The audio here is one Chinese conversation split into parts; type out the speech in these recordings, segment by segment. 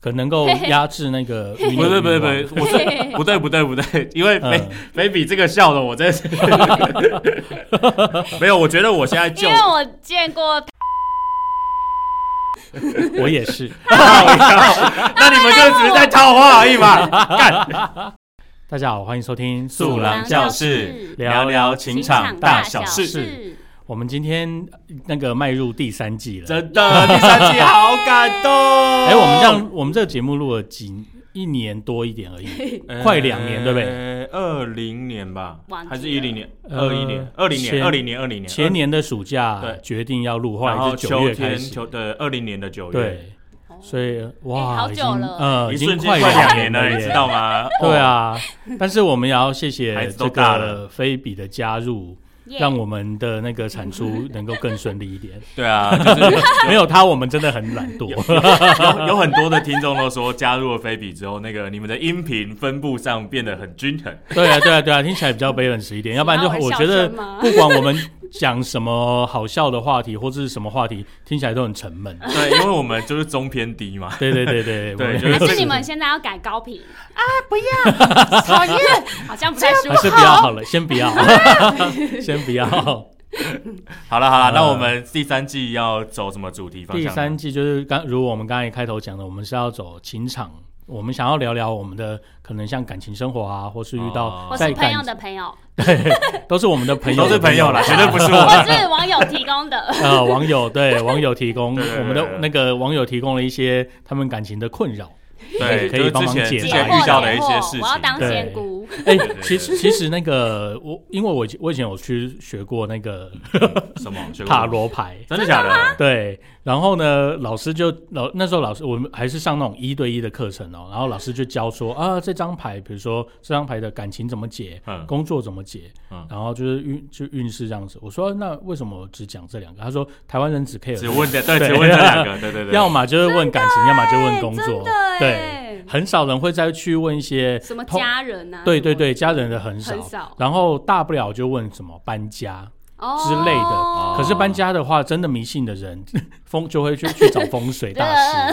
可能够压制那个 愚不弄是的不是不欲嗯是，我是不对不对不对，因为望没没比这个笑的，我 真是没有。我觉得我现在因就为我见过，嗯我也是。那你们就只是在套话而已嘛。大家好，欢迎收听《素郎教室聊聊情场大小情场大小事，事。我们今天那个迈入第三季了。真哦的第三季好感动。哎、我们这样，我们这个节目录了几一年多一点而已，快两年对不对？对？呃二零年吧忘，记还是一零年？呃二一年？二零前年？二零年？二零年？前年的暑假对决定要录，后然来后是九秋月开天，始。秋对，二零年的九月，对，所以哇，哦哎好久已经了呃，一已瞬经间快两两年了，了，你知？道吗？哦对啊，但是我们也要谢孩谢子这都大了个菲比的加入，耶让我们的那个产出能够更顺利一点。对啊，就是 没有他，我们真的很懒惰。 有有很多的听众都说，加入了菲比之后，那个你们的音频分布上变得很均衡。 对啊，对啊，对啊，听起来比较 balance 一点，要不然就喜欢我的我笑觉得声吗 不管我们讲什么好笑的话题或者是什么话题，听起来都很沉 闷。对，因为我们就是中偏低嘛。对对对对，对我们就还是你们现在要改高频啊？不要，讨厌， 好像不太舒还是服。不要好了，先不 要， 先不要。好了好了，呃那我们第三季要走什么主题方第向？三，季就是刚，如我们刚才开头讲的，我们是要走情场，我们想要聊聊我们的可能像感情生活啊，或是遇哦到我在是朋感友的 朋友，都是我们的朋友，都是朋友啦， 绝对不是我。我是网友提供的。呃，网友对网友提供对对对我们的对对那个网友提供了一些他们感情的困扰。对，可就以是帮之忙前解之答前遇到的一些事我要当情。仙姑，哎、对对对其实其实那个我，因为我以前我以前有去学过那个什么？学过塔？罗牌，真的假的？对，然后呢，老师就老那时候老师我们还是上那种一对一的课程哦，然后老师就教说啊，这张牌，比如说这张牌的感情怎么解，嗯工作怎么解，嗯然后就是运就运势这样子。我说那为什么我只讲这两个？他说台湾人只 care 只问这对，对只问这两个，对对 对。要么就是问感情，要么就问工真作的，哎对，很少人会再去问一些什么通家人啊？对对对，家人的很什少么，很少然后大不了就问什么搬家，哦之类的啊哦可是搬家的话，真的迷信的人 风就会去去找风水 呃大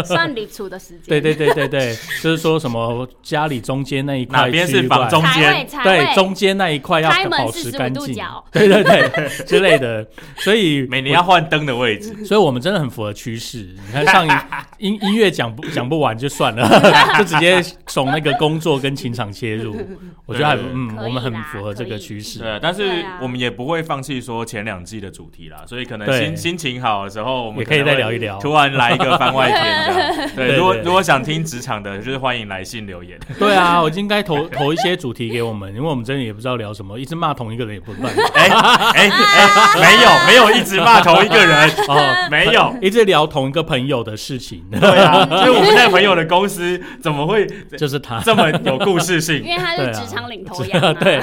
师。算礼处的时间。对对对对对， 就是说什么家里中间那一块哪边是区块房中财位间财对位，中间那一块要开门保是持45干度净角，对对对 之类的。所以每年要换灯的位置， 我，所以我们真的很符合趋势。你看上一音音乐讲不讲不完就算了， 就直接从那个工作跟情场切入，我觉得还对对对嗯，可以我们很啦符合这可个以趋势。对，但对是啊我们也不会放弃说前两季的主题啦，所以可能对心心情好的时候，我们也可以能再会聊一聊突然来一个番外篇这 样。对对，如果对如果想听职场的，就是欢迎来信留言。对啊，我就应该投 投一些主题给我们，因为我们真的也不知道聊什么，一直骂同一个人也不 办法哎哎哎，没有没有，一直骂同一个人，哦，没有。一直聊同一个朋友的事情，对啊，所以我们那朋友的公司怎么 会就是他。这么有故事性？因为他是对啊职场领 头羊嘛。对，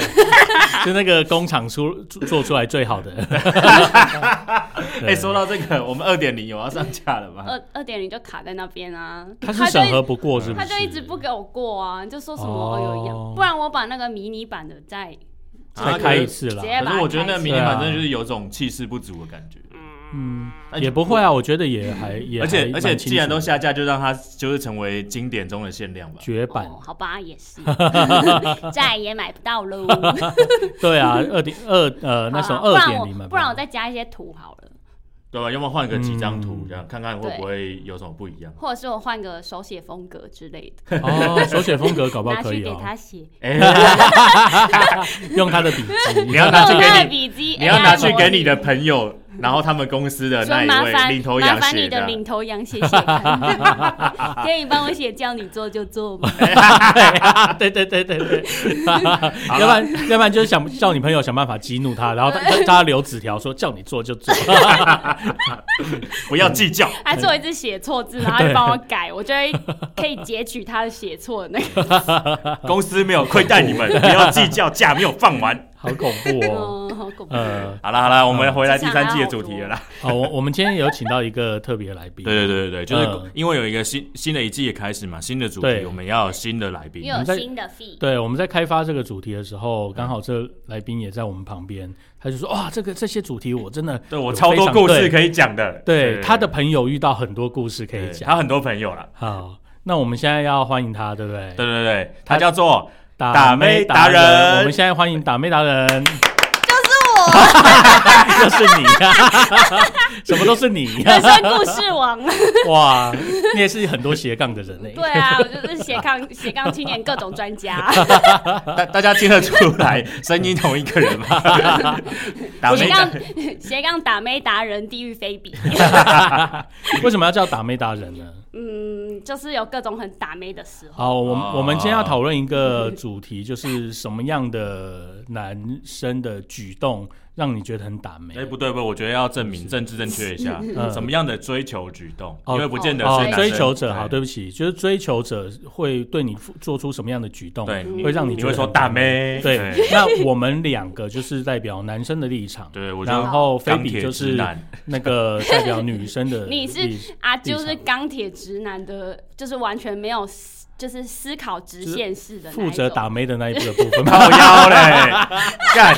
就那个工厂出做出来最好的。 哎，说到这个，我们二点零有要上架了吗？二二点零就卡在那边啊，他是审核就不过，是不是？他就一直不给我过啊，就说什么哦哦有一样，不然我把那个迷你版的再再开一次直啦。接可把它是我觉得那开迷起你来版真的就是有种气势不足的感觉。嗯，哎也不会啊，我觉得也还也而且还而且，蛮清既然楚都的下架，就让它就是成为经典中的限量吧。绝版，哦，好吧，也是，再也买不到喽。对啊，二点二呃那时候好二啦不然点我零嘛，不然我再加一些图好了，对啊吧？要不然换个几张图嗯这样，看看会不会有什么不一样。或者是我换个手写风格之类的，哦 手写风格搞不好拿可去以给哦，他写。哎，用他的笔记， 你要拿去用他的给笔你，记，哎你要 AI 拿去给你模的朋友，然后他们公司的拟。哎说那麻一位烦领头麻羊烦写你的的。领头羊写写看，可以帮我写叫你做就做吗？对对对对对， 要不然要不然就是想叫你朋友想办法激怒他，然后他呃他他留纸条说叫你做就 做，不要计较。还是我一直写错字，然后他就帮我改，我就会可以截取他的写错的那个。 公司没有亏待你们，不要计较，假没有放完。好恐怖哦！嗯好恐怖。 呃，好啦好啦，我们回来第三季的主题了啦。好，我我们今天有请到一个特别来宾，哦对对对对对，就是嗯因为有一个新新的一季也开始嘛，新的主题，对我们要有新的来宾。又有们在新的 fee，对，我们在开发这个主题的时候，刚好这来宾也在我们旁边，他就说：“哇，这个这些主题我真的对我有超非多常故事对可以讲的。对他的朋友遇到很多故事可对以他讲。很多朋友啦。好，那我们现在要欢迎他，对不对？对对对，他叫 做打打妹达人我们现在欢迎打妹达人， 就是又是你、 啊，什么都是你、我人生故事 王。哇，你也是很多斜杠的人欸呢、对啊，我就是斜杠斜杠青年各种 专家，大大家听得出来声音同一个人 吗？打斜妹杠斜杠打妹达人，地狱非比。为什么要叫打妹达人呢？嗯，就是有各种很打妹的时候。好，我们、哦我们今天要讨论一个主题，就是什么样的男生的举动让你觉得很打妹？哎，不对不对，我觉得要证明政治正确一下，嗯什么样的追求举动？哦因为不见得哦是，男生追求者，好，对不起，就是追求者会对你做出什么样的举动，对，你会让你你觉会得说很大。妹，对，那我们两个就是代表男生的立场，对，我觉然得后菲钢比铁就直是男，那 个代表女生的立 你场，是啊，立就场是钢铁直男的，就是完全没有思就是思考直线式的那一种，负责打妹的那一部部分靠吗？腰嘞， 干，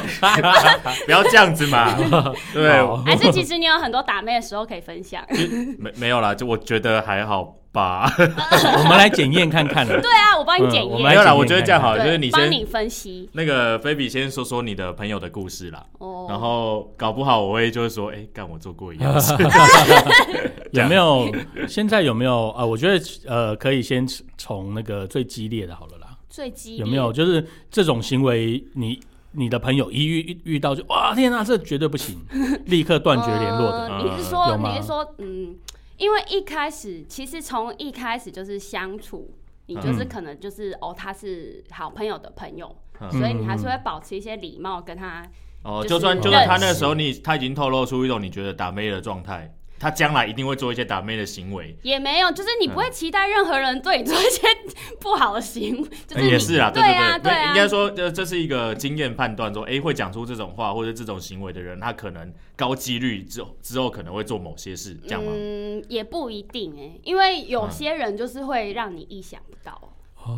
不要这样子嘛， 对，好 还是其实你有很多打妹的时候可以分享。嗯没没有啦，就我觉得还好吧，我们来检验看看了。 对啊，我帮你检嗯我们验，没来有啦，检验我觉得这样好，对就是你帮先你分析那个菲比先说说你的朋友的故事啦，哦。然后搞不好我会就是说，哎，干我做过一样的事，这有样没有现在有没有啊、呃我觉得呃，可以先从那个最激烈的好了啦。最激烈有没有就是这种行为你？你的朋友一遇遇遇到就哇天啊，这绝对不 行，立刻断绝联络的。啊呃嗯你是说有吗你是说嗯，因为一开始其实从一开始就是相处，你就是嗯可能就是、哦，他是好朋友的朋友，嗯所以你还是会保持一些礼貌跟他。哦，就是就算就算他认识那个时候你他已经透露出一种你觉得打妹的状态，他将来一定会做一些打妹的行为，也没有，就是你不会期待任何人对你做一些不好的行为， 就是哎你也是啊，对对啊，对对，那啊，应该说这这是一个经验判断，说哎会讲出这种话或者这种行为的人，他可能高几率之后之后可能会做某些事，这样吗？嗯，也不一定哎、因为有些人就是会让你意想不到。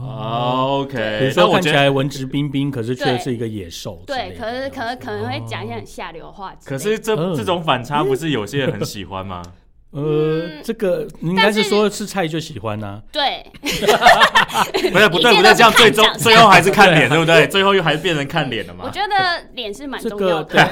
哦比 OK，如那说我看起觉得，来文质彬彬，可是却对是一个野兽嗯哦之类的。对，哦可是可能可能会讲一些很下流的话之类的。可是这、嗯这种反差不是有些人很喜欢 吗？呃，这个应该是嗯但是说吃菜就喜欢啊呐、对，不是不对不对，一切都是这样最看终长相最后还是 看脸，对不对？最后又还是变成看脸了我嘛？觉得脸是蛮这重个要对 的。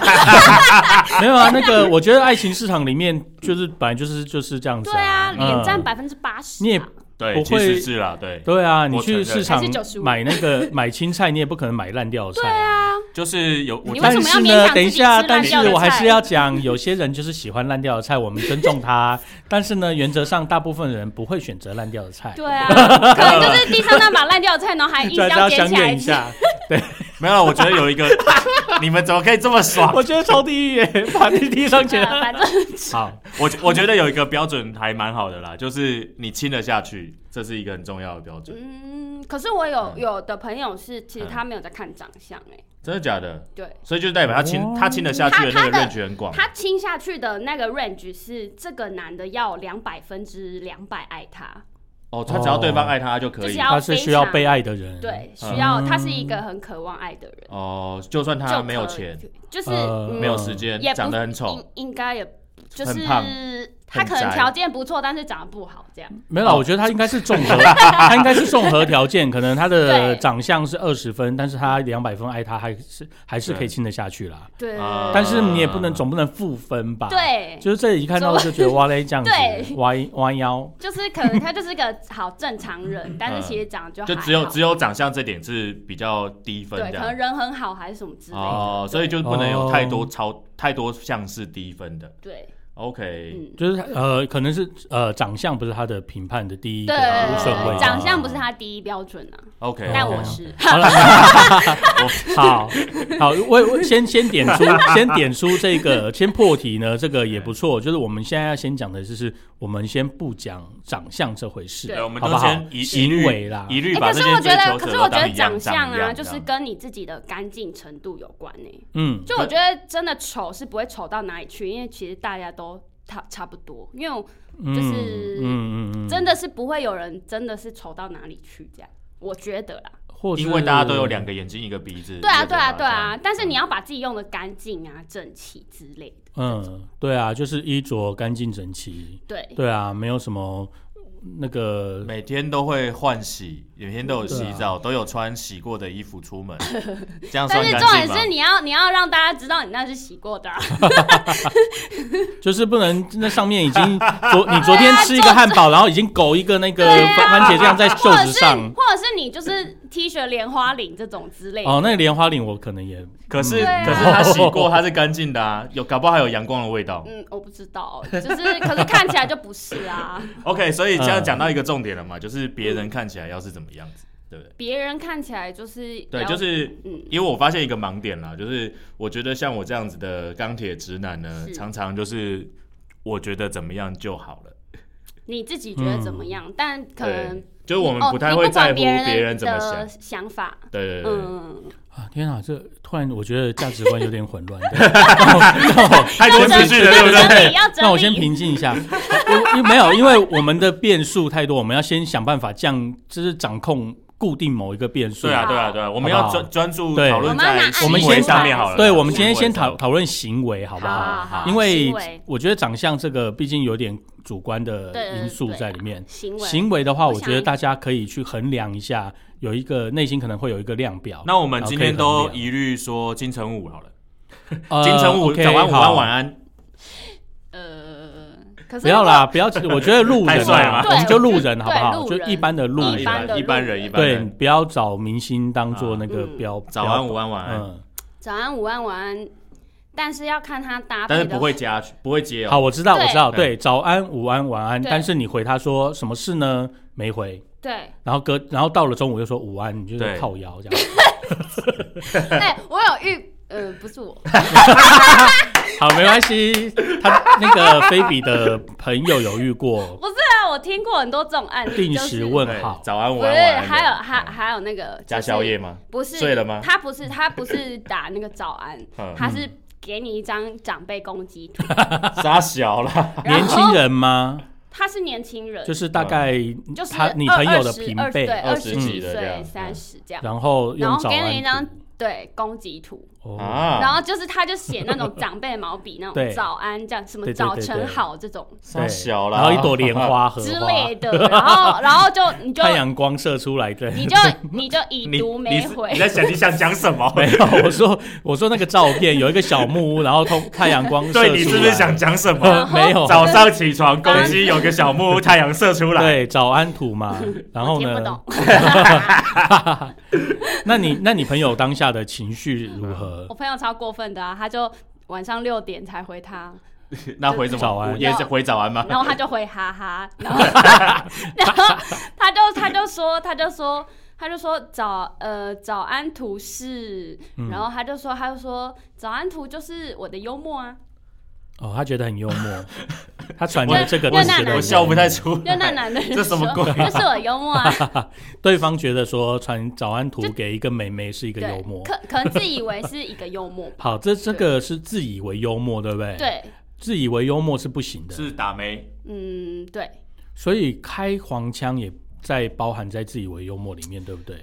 没有啊，那个我觉得爱情市场里面就是本来就是就是这样子、对啊，脸占嗯百分之八十。啊你也对，不其会实是啦，对，对啊，你我承去认市场还是95买那个买青菜，你也不可能买烂掉的菜。对啊，就是有我你觉为得什但么要是呢，勉强等一自己吃烂下，掉但的是菜我还是要讲，有些人就是喜欢烂掉的菜，我们尊重他。但是呢，原则上大部分人不会选择烂掉的菜，对啊，可能就是地上那把烂掉的菜，然后还硬所以还是啊要要相捡起验来一吃。 下。没有啦，我觉得有 一个，你们怎么可以这么爽？我觉得超地狱耶，把地地上捡。 呃反正好，我觉我觉得有一个标准还蛮好的啦，就是你亲得下去，这是一个很重要的标准。嗯，可是我有有的朋友是，其实他没有在看长相，哎，真的假的？对所以就代表他亲、哦他亲得下去的那个他他的 range 很广。他亲下去的那个 range 是这个男的要两百分之两百爱他，哦，他只要对方爱他他就就可是以。要他是需要被爱的人。对，需要他是一个很渴望爱的人，哦，就算就他可没有钱，，就是呃嗯没有时间也，不长得很丑，应应该也就很是胖他可很能宅条件不错，但是长得不好这样。没有啦，哦我觉得他应该是综 合，他应该是综合条件，可能他的对长相是二十分，但是他两百分爱他还是还是可以亲得下去啦。对啊但是你也不能啊总不能负分吧？，对，就是这里一看到就觉得哇嘞这样子， 对弯弯腰，就是可能他就是个好正常人，但是其实长得就嗯就还只有好只有长相这点是比较低分对，这可能样。哦人很好还是什么之类的。哦哦，所以就不能有太多超、太多像是低分的对， OK，嗯，就是他呃，可能是呃，长相不是他的评判的第一对个对无对顺对位，对，长相不是他第一标准啊， OK，但 OK 我是，好了，好好，我我先先点 出，先点出这个，先破题呢，这个也不错。就是我们现在要先讲的，就是我们先不讲长相这回事，对对，我们好都不好先一一律行为啦一律哎，把可这是些我觉追得，求可者是都我觉当得一样长长相一啊，样就是跟你自己的干净程度有关呢、嗯，就我觉得真的丑是不会丑到哪里去，因为其实大家都差差不多，因为我就是嗯嗯嗯嗯，真的是不会有人真的是丑到哪里去这样，我觉得啦。或是因为大家都有两个眼睛，一个鼻子。对啊，一个对啊，嘴巴对啊，但是你要要把自己用的干净啊、整齐之类的。嗯，对啊，就是衣着干净整齐，对，对啊，没有什么那个每天都会换洗，每天都有洗澡，都有穿洗过的衣服 出门，这样算但是干重点净吗是？你要你要让大家知道你那是洗过 的、啊。就是不能那上面已经昨你昨天吃一个汉堡，然后已经勾一个那个对啊番番茄酱在袖或者子是上。或者是你就是 T 恤莲花领这种之类的。哦，那个莲花领我可能也可是对啊可是他洗过，他是干净的啊，有搞不好还有阳光的味道。嗯，我不知道，就是可是看起来就不是啊。 OK，所以这样嗯讲到一个重点了嘛，就是别人看起来要是怎么样子，对不对？别人看起来就是对，要就是嗯，因为我发现一个盲点啦，就是我觉得像我这样子的钢铁直男呢，是常常就是我觉得怎么样就好了，你自己觉得怎么样？但可能嗯对，就是我们哦，不太会你在管乎别人人怎么想的。想法。对对对，嗯，啊，天啊，这突然我觉得价值观有点混乱。对让我让我太多资讯了，对不要整对？啊理，要整 理。让我先平静一下。我因为没有，因为我们的变数太多，我们要先想办法降，就是掌控固定某一个变数。对啊，好对啊，对啊，我们好要不好专专注对讨论我们要在拿行案例为出来上面好了啦。对，我们今天先行为讨上讨论行为，好不好好？好好因为行为我觉得长相这个毕竟有点主观的对对因素对在里面。行为行为的话，我我想觉得大家可以去衡量一下，有一个内心可能会有一个量表。那我们今天都好可以一律说金城武好了，呃金城武 OK，早安、午好安、晚安，呃，可是不要啦，不要，我觉得路 太人帅了啊吧哦我们对就我觉路得人好不对好？路就人一般的路一一人，般的般一般人路一般对，人，不要找明星当做那个嗯标。啊早标安、午安、晚安，嗯，早安、午安、晚安，但是要看他搭配但的，是不会加不会接好，哦。我知道，我对知道，嗯对，早安、午安、晚安。对但是你回他说什么事呢？没回，对。 然后隔，然后到了中午又说午安，你就在对靠腰这样。 哎，我有遇，呃，不是我，好，没关系。他那个菲比的朋友有遇过 不是啊，我听过很多这种案例，定就时是问对好，早安、午不安、是，晚安的。还有还嗯还有那个加宵夜，就吗？是不是睡了吗他不是他不是打那个早安，嗯他是给你一张长辈攻击 图，傻小啦，年轻人吗？他是年轻人，就是大概就是他你二朋友的二十平二辈，对，二二十十几几的这样岁、三十这样，然后嗯然用后早给安你一张图对攻击图，哦，啊，然后就是他就写那种长辈毛笔那对种早安这样，什么对对对早对晨好这种傻小啦，然后一朵莲花 荷之花 类，的，然后然后就你就太阳光射出来的。你就你就已你读你没是回 你，在想你想讲什么？ 没有，我说我说那个照片有一个小木屋，然后 通太阳光射出来。对你是不是想讲什么？呃？没有，早上起床，公鸡有个小木屋，太阳射出来。对早安图嘛，然后我听不呢懂？那你那你朋友当下的情绪如何我？朋友超过分的啊，他就晚上六点才 回他，那回什么？早安也是回早安吗？然后他就回 哈哈，然后 然后他就他就说他就说他就说早呃早安图是，嗯然后他就说他就说早安图就是我的幽默啊，哦，他觉得很幽默， 他传的这个我他觉得我我很笑不幽默太出就 那来。男的人这什么说鬼这是我幽默啊，对方觉得说传早安图给一个美眉是一个幽对，默。，可可能自以为是一个幽默好，这这个是自以为幽默，对不 对？，对，自以为幽默是不行的，是打没？嗯对，所以开黄腔也在包含在自以为幽默里面，对不对？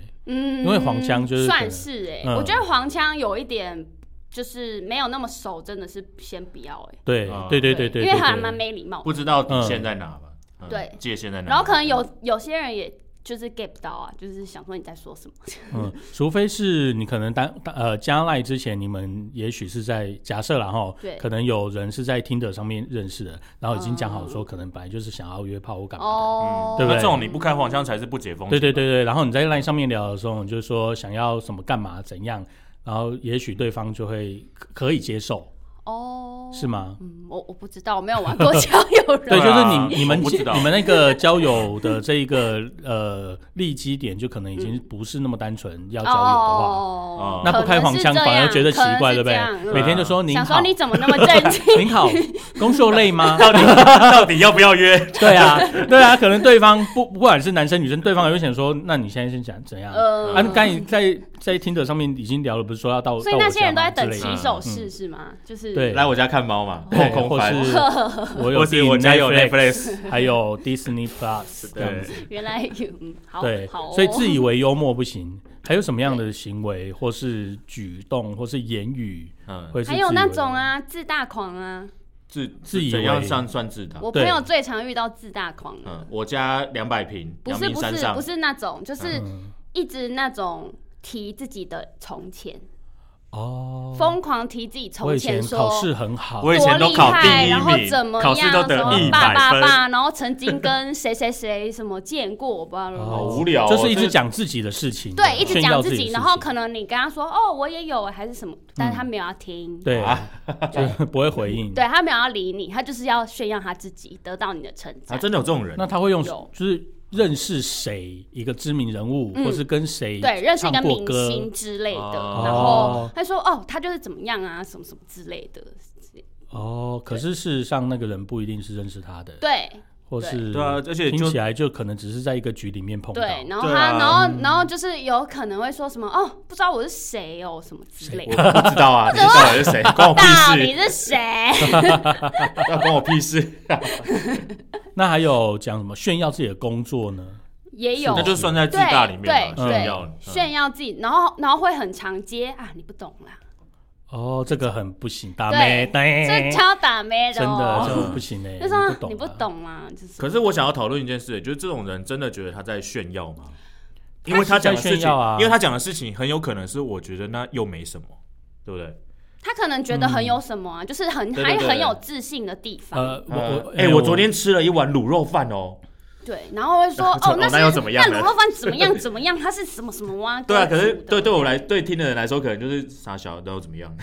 因嗯，为黄腔就是可能算是哎、嗯我觉得黄腔有一点。就是没有那么熟，真的是先不要哎、对啊对对对对，因为对还对蛮没礼貌的。不知道底线在哪吧？嗯对界限在啊哪？然后可能有有些人也就是 get 不到啊，就是想说你在说什么。嗯，除非是你可能当呃加赖之前，你们也许是在假设然后对可能有人是在 Tinder 上面认识的，然后已经讲好说哦可能本来就是想要约炮或干嘛哦，对不嗯那对这种你不开黄腔才是不解的，封。对对对，对，然后你在 LINE 上面聊的时候，你就说想要什么干嘛怎样，然后也许对方就会可可以接受，哦，是吗？嗯，我我不知道，我没有玩过交友对，对 软就体。是啊你你们我不知道你们那个交友的这一个呃利基点，就可能已经不是那么单纯要交友的话，哦那不开黄腔反而觉得奇怪，对不对？每嗯天就说对？您想好说，你怎么那么 正经？您 好，工作累吗？到底到底要不要约？对啊，对啊，可能对方不不管是男生女生，对方也会想说，那你现在是想怎样？呃啊，刚才在在听者上面已经聊了，不是说要到，所以那些人都在等期起手式是吗？就是对来我家看猫嘛，后对空或翻，是我有或是我家有 Netflix，还有 Disney Plus 这样对子，原来有嗯好对好哦，，所以自以为幽默不行。还有什么样的行为，或是举动，或是言语，嗯，会是还有那自以为种啊自大狂啊，自自以为怎样算算自他？我对朋友最常遇到自大狂的，啊嗯，我家两百平，不阳是明不山是上不，是那种，就是嗯一直那种提自己的从前，哦？疯狂提自己我从以前说考。试很好，我以前都考第多一厉害然后怎名，么样？考试都得什么一爸百爸分，爸，然后曾经跟谁谁谁什么见过，巴拉巴拉巴好拉。无聊哦就是一这直讲自己的事情，对，一直炫讲耀自自己，的然事后情可能你跟他说哦，我也有还是什么，但是他没有要听，对啊，就不会回应。对他没有要理你，他就是要炫耀他自己，得到你的称啊，赞。真的有 这种人那他会用有就是认识谁一个知名人物，嗯或是跟谁对，认识一个唱过明歌星之类的，哦然后他说哦，他就是怎么样啊，什么什么之类的，哦。可是事实上，那个人不一定是认识他的，对或是对啊而且就听起来就可能只是在一个局里面碰到。对，然后对他，啊然后然后就是有可能会说什么哦，不知道我是谁哦，什么之类我的，不知道啊，你知道我是谁，关我屁到底事，是谁？ 要关我屁事，那还有讲什么炫耀自己的工作呢？也有那就算在自大里面嘛，对对炫耀嗯炫耀自己，然后然后会很常接啊，你不懂啦，哦，这个很不行，大对妹，这哎对，超打妹真的哦，这个不行哎，就说你你不不懂啊。懂啦，就是可是我想要讨论一件事，就是这种人真的觉得他在炫耀吗？因为他讲的事炫情，耀啊因为他讲的事情很有可能是我觉得那又没什么，对不对？他可能觉得很有什么啊，就是很对对还对很有自信的地方，呃，我我哎、我昨天吃了一碗卤肉饭哦。对，然后会说这哦，那哦那是又怎么样呢那卤肉饭怎么样怎么样？它是什么什么蛙？对啊，可是跟我煮的对对我来对听的人来说，可能就是傻小，然后怎么样？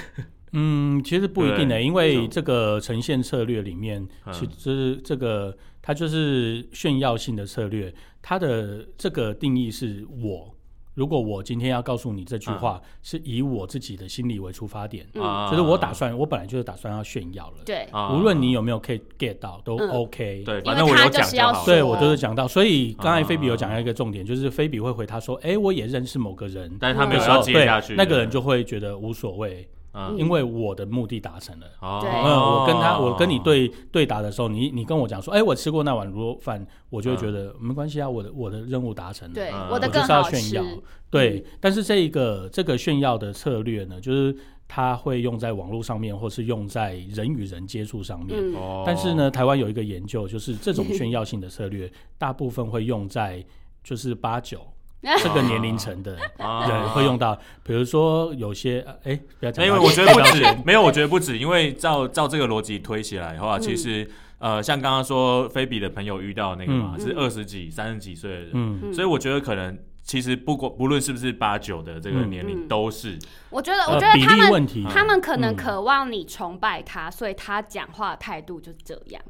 嗯，其实不一定的、对因这为种这个呈现策略里面，嗯其实这个它就是炫耀性的策略，它的这个定义是我。如果我今天要告诉你这句话，是以我自己的心理为出发点，嗯嗯啊就是我打算，我本来就是打算要炫耀了。对，啊无论你有没有 get get 到，都嗯 OK。对，为反正我有他就讲是就要好。对说我就是讲到，所以刚才啊菲比有讲到一个重点，就是菲比会回他说：“哎、我也认识某个人。”但是他没的有时要候，接对下去，那个人就会觉得无所谓，嗯，因为我的目的达成了。哦对嗯，我跟他，我跟你对对答的时候，你你跟我讲说，哎、我吃过那碗卤肉饭，我就会觉得、没关系啊，我的我的任务达成了，对嗯我的我就更是要好嗯炫吃耀，，对。但是这一个这个炫耀的策略呢，就是它会用在网络上面，或是用在人与人接触上面。嗯，哦但是，呢，台湾有一个研究，就是这种炫耀性的策略，大部分会用在就是八 九这个年龄层的人人会用到，比如说有些呃哎、不要讲八九，那因为我觉得不止，没有，我觉得不止，因为照照这个逻辑推起来的嗯话，其实呃，像刚刚说菲比的朋友遇到那个嘛，嗯是二十几、三十几岁的人，嗯。嗯所以我觉得可能其实不管不论是不是八九的这个嗯年龄嗯都是，我觉得呃我觉得比他例们问题，他们可能嗯。渴望你崇拜他，所以他讲话态度就是这样，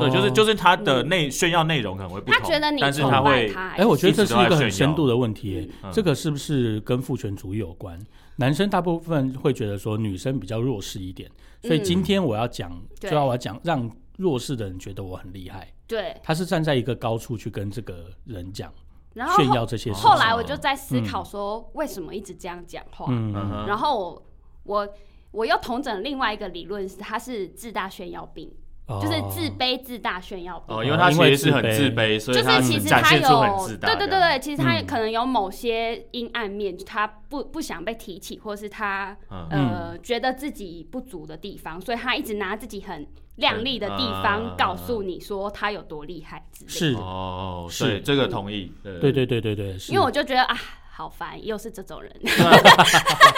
对，就是就是哦是他的内炫耀内容可能会不嗯他同，觉得你但是崇他拜会他，哎，我觉得这一是直一都个在很炫深耀度的问题耶、嗯这个是不是跟父权主义有关？男生大部分会觉得说女生比较弱势一点，所以嗯今天我要讲，就对要我要讲让弱势的人觉得我很厉害，对，他是站在一个高处去跟这个人讲然后炫后耀这些事情。后来我就在思嗯考说，为什么一直这样讲话？嗯，嗯嗯哼然后我我我又同整另外一个理论，是他是自大炫耀病，哦就是自卑自大炫耀病。哦，因为他因其为实是很自自卑卑，所以就他是其实展他现出很有，自大对的，对对对，其实他嗯可能有某些阴暗面，他不不想被提起，或是他嗯呃觉得自己不足的地方，所以他一直拿自己很亮丽的地嗯啊方告诉你说他有多厉害之类的。是，哦，是是这个同意，对对对对对，是因为我就觉得啊，好烦，又是这种 人。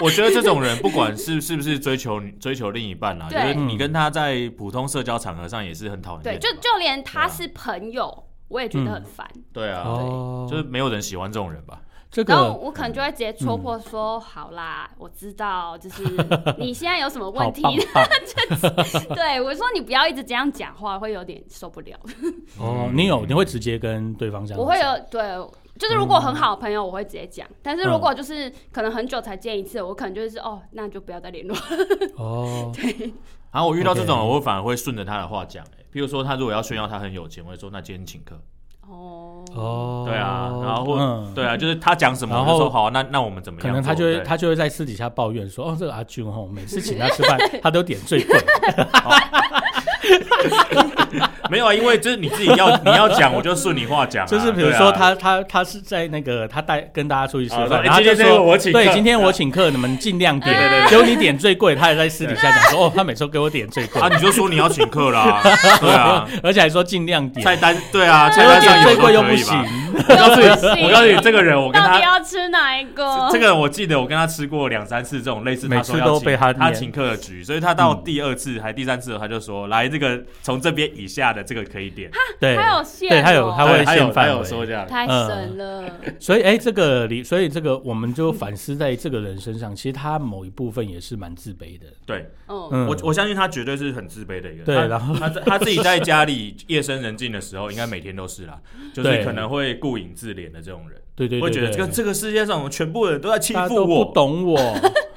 我觉得这种人，不管是是不是追求追求另一半啊啦，就对是嗯你跟他在普通社交场合上也是很讨人对，厌就的嘛。就啊连他是朋友，我也觉得很烦。对啊，哦，就是没有人喜欢这种人吧？这然后个我可能就会直接戳破说，好啦，我知道，就是你现在有什么好问题？棒啊 棒对我说，你不要一直这样讲话，会有点受不了。哦！你有你会直接跟对方这样，我会有对，就是如果很好的朋友，我会直接讲；但是如果就是可能很久才见一次，我可能就是哦，那就不要再联 络。哦，然后我遇到这种 OK 人，我反而会顺着他的话讲、欸，比如说他如果要炫耀他很有钱，我会说那今天请客，哦，哦，对啊，然后或、嗯对啊，就是他讲什么，然我后就说好啊，那那我们怎么可样做？能他就会对他就会在私底下抱怨说，哦，这个阿俊哦，每次请他 吃饭，他都点最 贵。没有啊，因为就是你自己要你要讲，我就顺你话讲 啊、就是比如对啊说他、他他是在那个他带跟大家出去吃啊饭，说然后哎就今天这说个我请客对，今天我请客，你们尽量点。对对对只有你点最贵，他还在私底下讲说，哦，他每次都给我点最贵 啊，，你就说你要请 客啦，对啊，而且还说尽量点，菜单对啊，菜结果单上点有最时候贵又可不以行吧？。我告诉你，我告诉你，这个人我跟到他底要吃哪一个？这个我记得，我跟他吃过两三次这种类似他说每次要都请被他他念请客的局，所以他到第二次还第三次，他就说来这个从这边以下的这个可以点，对，还有馅哦对，还有 他会对还有限还范有说围。这样，太神了，所以，哎、这个你，所以这个我们就反思在这个人身上，其实他某一部分也是蛮自卑的。对嗯，嗯，哦我我相信他绝对是很自卑的一个人，对他然后他在他自己在家里夜深人静的时候，应该每天都 是啦，就对是可能会顾影自怜的这种人，对对对会觉得对这个这个世界上我们全部人都在欺大家负都不我，懂 我。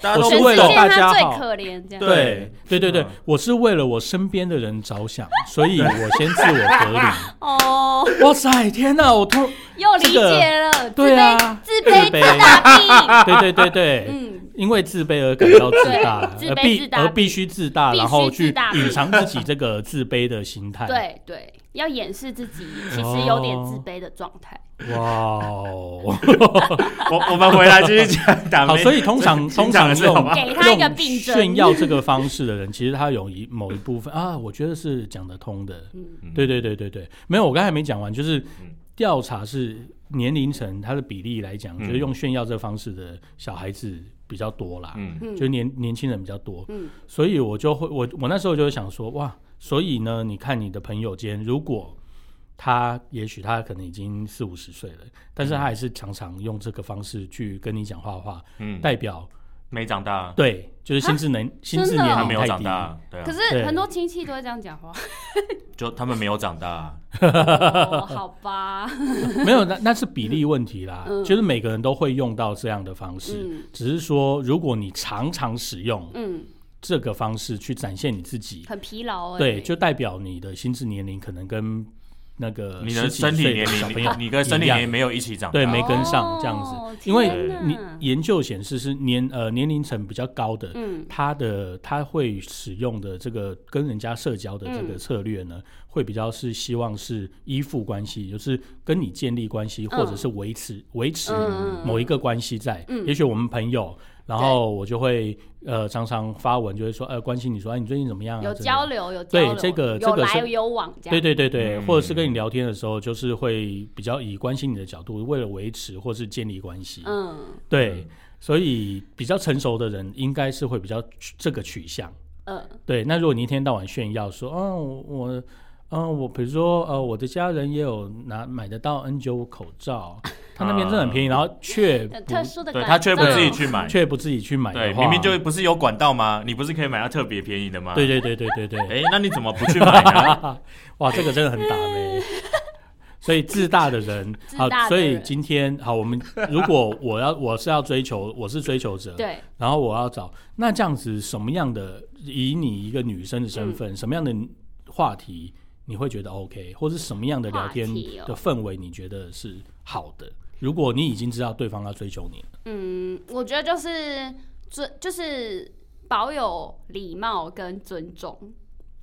大家我都是全不为世了懂界，大家他最好可怜，这样对对对对嗯，我是为了我身边的人着想，所以我先自我隔 离。哦，哇塞，天哪！我突又理解了，自对卑啊自卑自卑 自大病，对对对对，嗯，因为自卑而感到自大， 对而自卑必自大而必须自大，必须然后去自大隐藏自己这个自卑的心态。，对对，要掩饰自己其实有点自卑的状态。哇哦，我我们回来继续讲打 好，妹，所以通 常欣通赏常的是好用吗？给他一个用病症炫耀这个方式的人，其实他有一某一部分啊，我觉得是讲得通的。嗯，对对对对对，没有，我刚才没讲完，就是嗯调查是年龄层它的比例来讲，嗯就是用炫耀这方式的小孩子比较多啦，嗯嗯就年年轻人比较多，嗯所以我就会我我那时候就会想说，哇，所以呢，你看你的朋友间，如果他也许他可能已经四五十岁了，但是他还是常常用这个方式去跟你讲话的话，嗯，代表没长大，对，就是心智能心智啊真的哦年他龄没有嗯太长低。大，对啊可，哦对是很多亲戚都会这样讲话， 就他们没有长大，哦，好吧， 没有，那那是比例问题啦，嗯就是每个人都会用到这样的方式，嗯只是说如果你常常使用嗯，这个方式去展现你自己，很疲劳哎、对，就代表你的心智年龄可能跟那个你的十几身体岁年小朋龄友，你跟身体一样年龄没有一起长大，对没跟上哦这样子，因天为哪你研究显示是年呃年龄层比较高的，嗯他的他会使用的这个跟人家社交的这个嗯策略呢，会比较是希望是依附关系，就是跟你建立关系，嗯或者是维持维持嗯嗯某一个关系在。嗯也许我们朋友，然后我就会呃常常发文，就会说呃关心你说哎你最近怎么样啊？有之类的交流有交流，对这个这有个来是有往这样，对对对对，嗯或者是跟你聊天的时候，就是会比较以关心你的角度，为了维持或是建立关系。嗯对，所以比较成熟的人应该是会比较取这个取向。呃对，那如果你一天到晚炫耀说，嗯、我我，嗯、我比如说，呃，我的家人也有拿买得到 N 九五口罩，他那边真的很啊便宜，然后却有不特殊的对感他却不受自己去买，却不自己去买的对，话明明就不是有管道吗？你不是可以买到特别便宜的吗？对，对对对对对，哎，那你怎么不去买呢？哦哇，这个真的很打妹。所以自大的人，自好大的，所人以今天好，我们如果我要我是要追求，我是追求者，对然后我要找那这样子什么样的，以你一个女生的身份，嗯什么样的话题你会觉得 OK，或是什么样的聊天话题哦的氛围你觉得是好的？如果你已经知道对方要追求你了，嗯，我觉得就是尊就是保有礼貌跟尊重，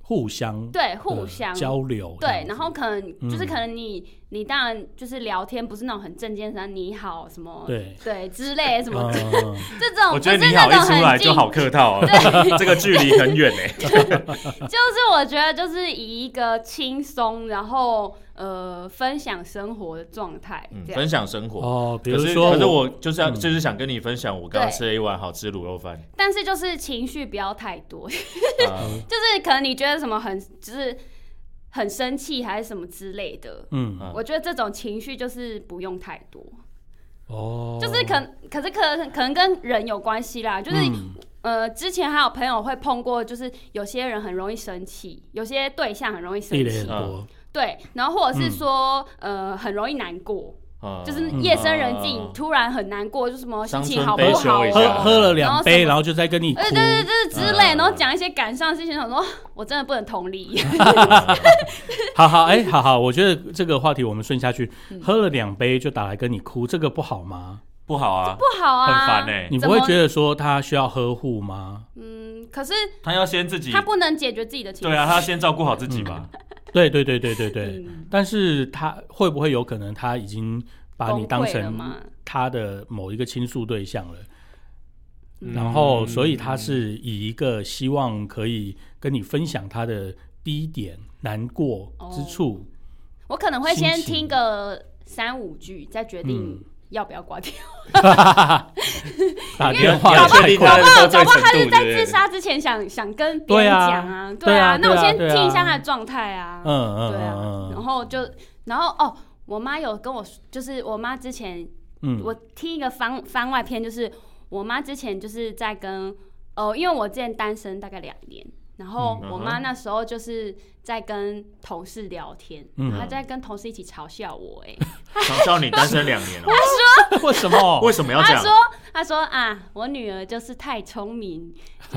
互相对的互相交流这样对子，，然后可能就是嗯可能你、你当然就是聊天不是那种很正经的，你好什么对对之类什么、嗯，这种，我觉得不是你那好一种出来很就近，好客套哦， 这个距离很远哎。就是我觉得就是以一个轻松，然后呃分享生活的状态嗯这样。分享生活，哦，比可如是说可是我就是要嗯就是想跟你分享，我刚刚对吃了一碗好吃卤肉饭，但是就是情绪不要太多， 就啊是可能你觉得什么很就是很生气还是什么之类的，嗯嗯我觉得这种情绪就是不用太多。哦，就是可可是可可能跟人有关系啦，就是、嗯呃，之前还有朋友会碰过，就是有些人很容易生气，有些对象很容易生地雷很气，嗯多，对，然后或者是嗯说、呃很容易难过，嗯就是嗯夜深人静、嗯突然很难过，就什么心伤情春好不悲好秋一喝下啊？喝了两然后杯，什么然后就在跟你哭呃，，对对对之类，嗯然后讲一些感伤的事情，想说我真的不能同理， 好好哎，好好，我觉得这个话题我们顺下去，嗯喝了两杯就打来跟你哭，这个不好吗？不好啊，不好很啊，烦哎。你不怎会么觉得说他需要呵护吗？嗯，可是他要先自己他，不能解决自己的情绪，对啊，他要先照顾好自己吧。对对对对对对，嗯，但是他会不会有可能他已经把你崩当溃了成嘛，他的某一个倾诉对象了，嗯然后所以他是以一个希望可以跟你分享他的低点、难过之处，哦我可能会先心情听个三五句，再决嗯定要不要挂电话。打因为电你话要太确定快 他了不的好，到搞这不好程他度是在对自杀之前想想跟别人讲啊，对啊啊，那我对啊先对啊听一下他的状态啊嗯，嗯对啊嗯，然后就然后哦，我妈有跟我说，就是我妈之前嗯我听一个番番外篇，就是我妈之前就是在跟呃，因为我之前单身大概两年，然后嗯我妈那时候就是在跟同事聊天，嗯然后她在跟同事一起嘲笑我、 哎、嘲嗯笑你单身两 年了，哦嗯，为什么？为什么要这她样说？她说啊，我女儿就是太聪明，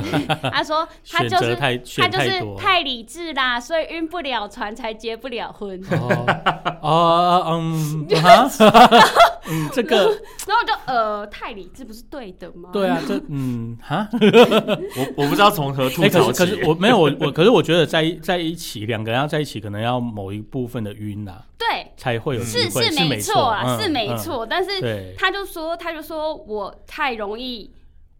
她说她选就择是。太她选就太是多？太理智啦，所以晕不了船才结不了婚。哦哦 嗯啊， 嗯，这个然后我就呃，太理智不是对的吗？对啊，这嗯哈，我我不知道从何吐哎，可槽是可起是。我没有我我，可是我觉得在一在一起两个人要在一起，可能要某一部分的晕呐，对，才会有机是嗯会是没错啊，嗯是没嗯错。但是对，他就说，他就说我太容易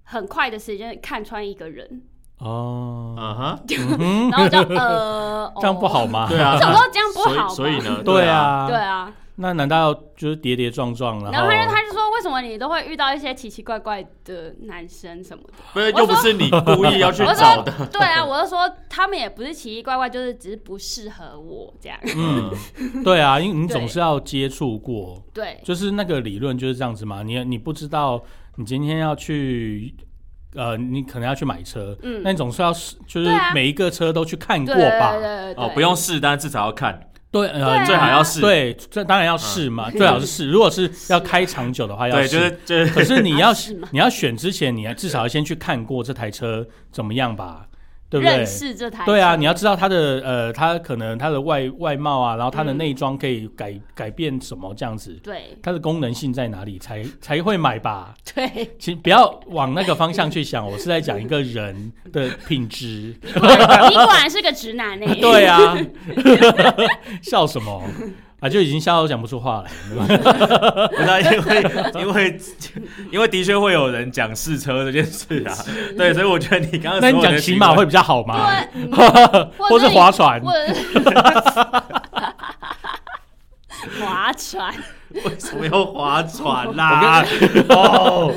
很快的时间看穿一个人，哦，嗯哼，嗯哼然后我 就呃，这样不好吗？吗？对啊，这种都这样不好吧所以所以呢，对啊，啊， 对啊，那难道就是跌跌撞撞，然然后后他就他就说，为什么你都会遇到一些奇奇怪怪的男生什么的？不是又不是你故意要去我就找的，说，对啊，我就说他们也不是奇奇怪怪，就是只是不适合我这样。嗯，对啊，因为你总对是要接触过，对，就是那个理论就是这样子嘛。你你不知道你今天要去，呃，你可能要去买车，嗯，那你总是要试就是对啊每一个车都去看对过对吧？对对哦，对不用试，但是至少要看，对，对啊嗯呃，最好要试，对，这当然要试嘛，最好是试。如果是要开长久的话，要试。对，就是就是可是你要 要试嘛你要选之前，你要至少要先去看过这台车怎么样吧，对不对认？识这台对啊，车你要知道它的呃，它可能它的外外貌啊，然后它的嗯内装可以改、改变什么这样子，对它的功能性在哪里才才会买吧？对。其实不要往那个方向去想，我是在讲一个人的品 质。你果然你果然是个 直男欸呢、 对啊，笑什么啊？就已经笑到讲不出话来了。不知道，因为 因为因为的确会有人讲试车这件事啊，对，所以我觉得你刚刚那你所有讲的骑行马为会比较好吗？对，嗯或是划船？我 划船，为什么要划船啦？哦，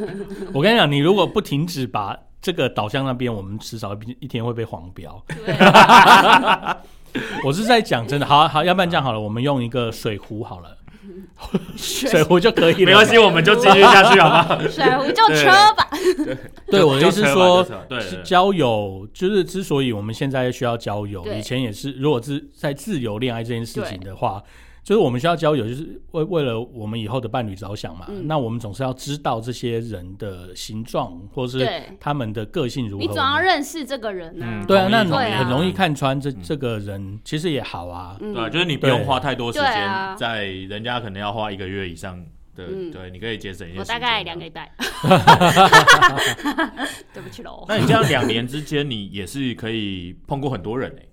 我跟你讲，你如果不停止把这个导向那边，我们迟早一天会被黄标。对，我是在讲真的，好好，要不然这样好了，我们用一个水壶好 了，水壶就可以了。没关系，，我们就继续下去好吗？水壶就车吧， 对我的意思是说就车嘛，就车对对啊对交友就是之所以我们现在需要交友，对以前也是，如果是在自由恋爱这件事情的话。就是我们需要交友，就是为为了我们以后的伴侣着想嘛。嗯那我们总是要知道这些人的形状，或是对他们的个性如何。你总要认识这个人啊嗯，对啊，那同意同意很容易啊看穿这、嗯这个人，其实也好啊。嗯对啊，就是你不用花太多时对啊间，在人家可能要花一个月以上的，嗯对，你可以节省一些。啊我大概两个。礼拜， 对不起喽，那你这样两年之间，你也是可以碰过很多人诶，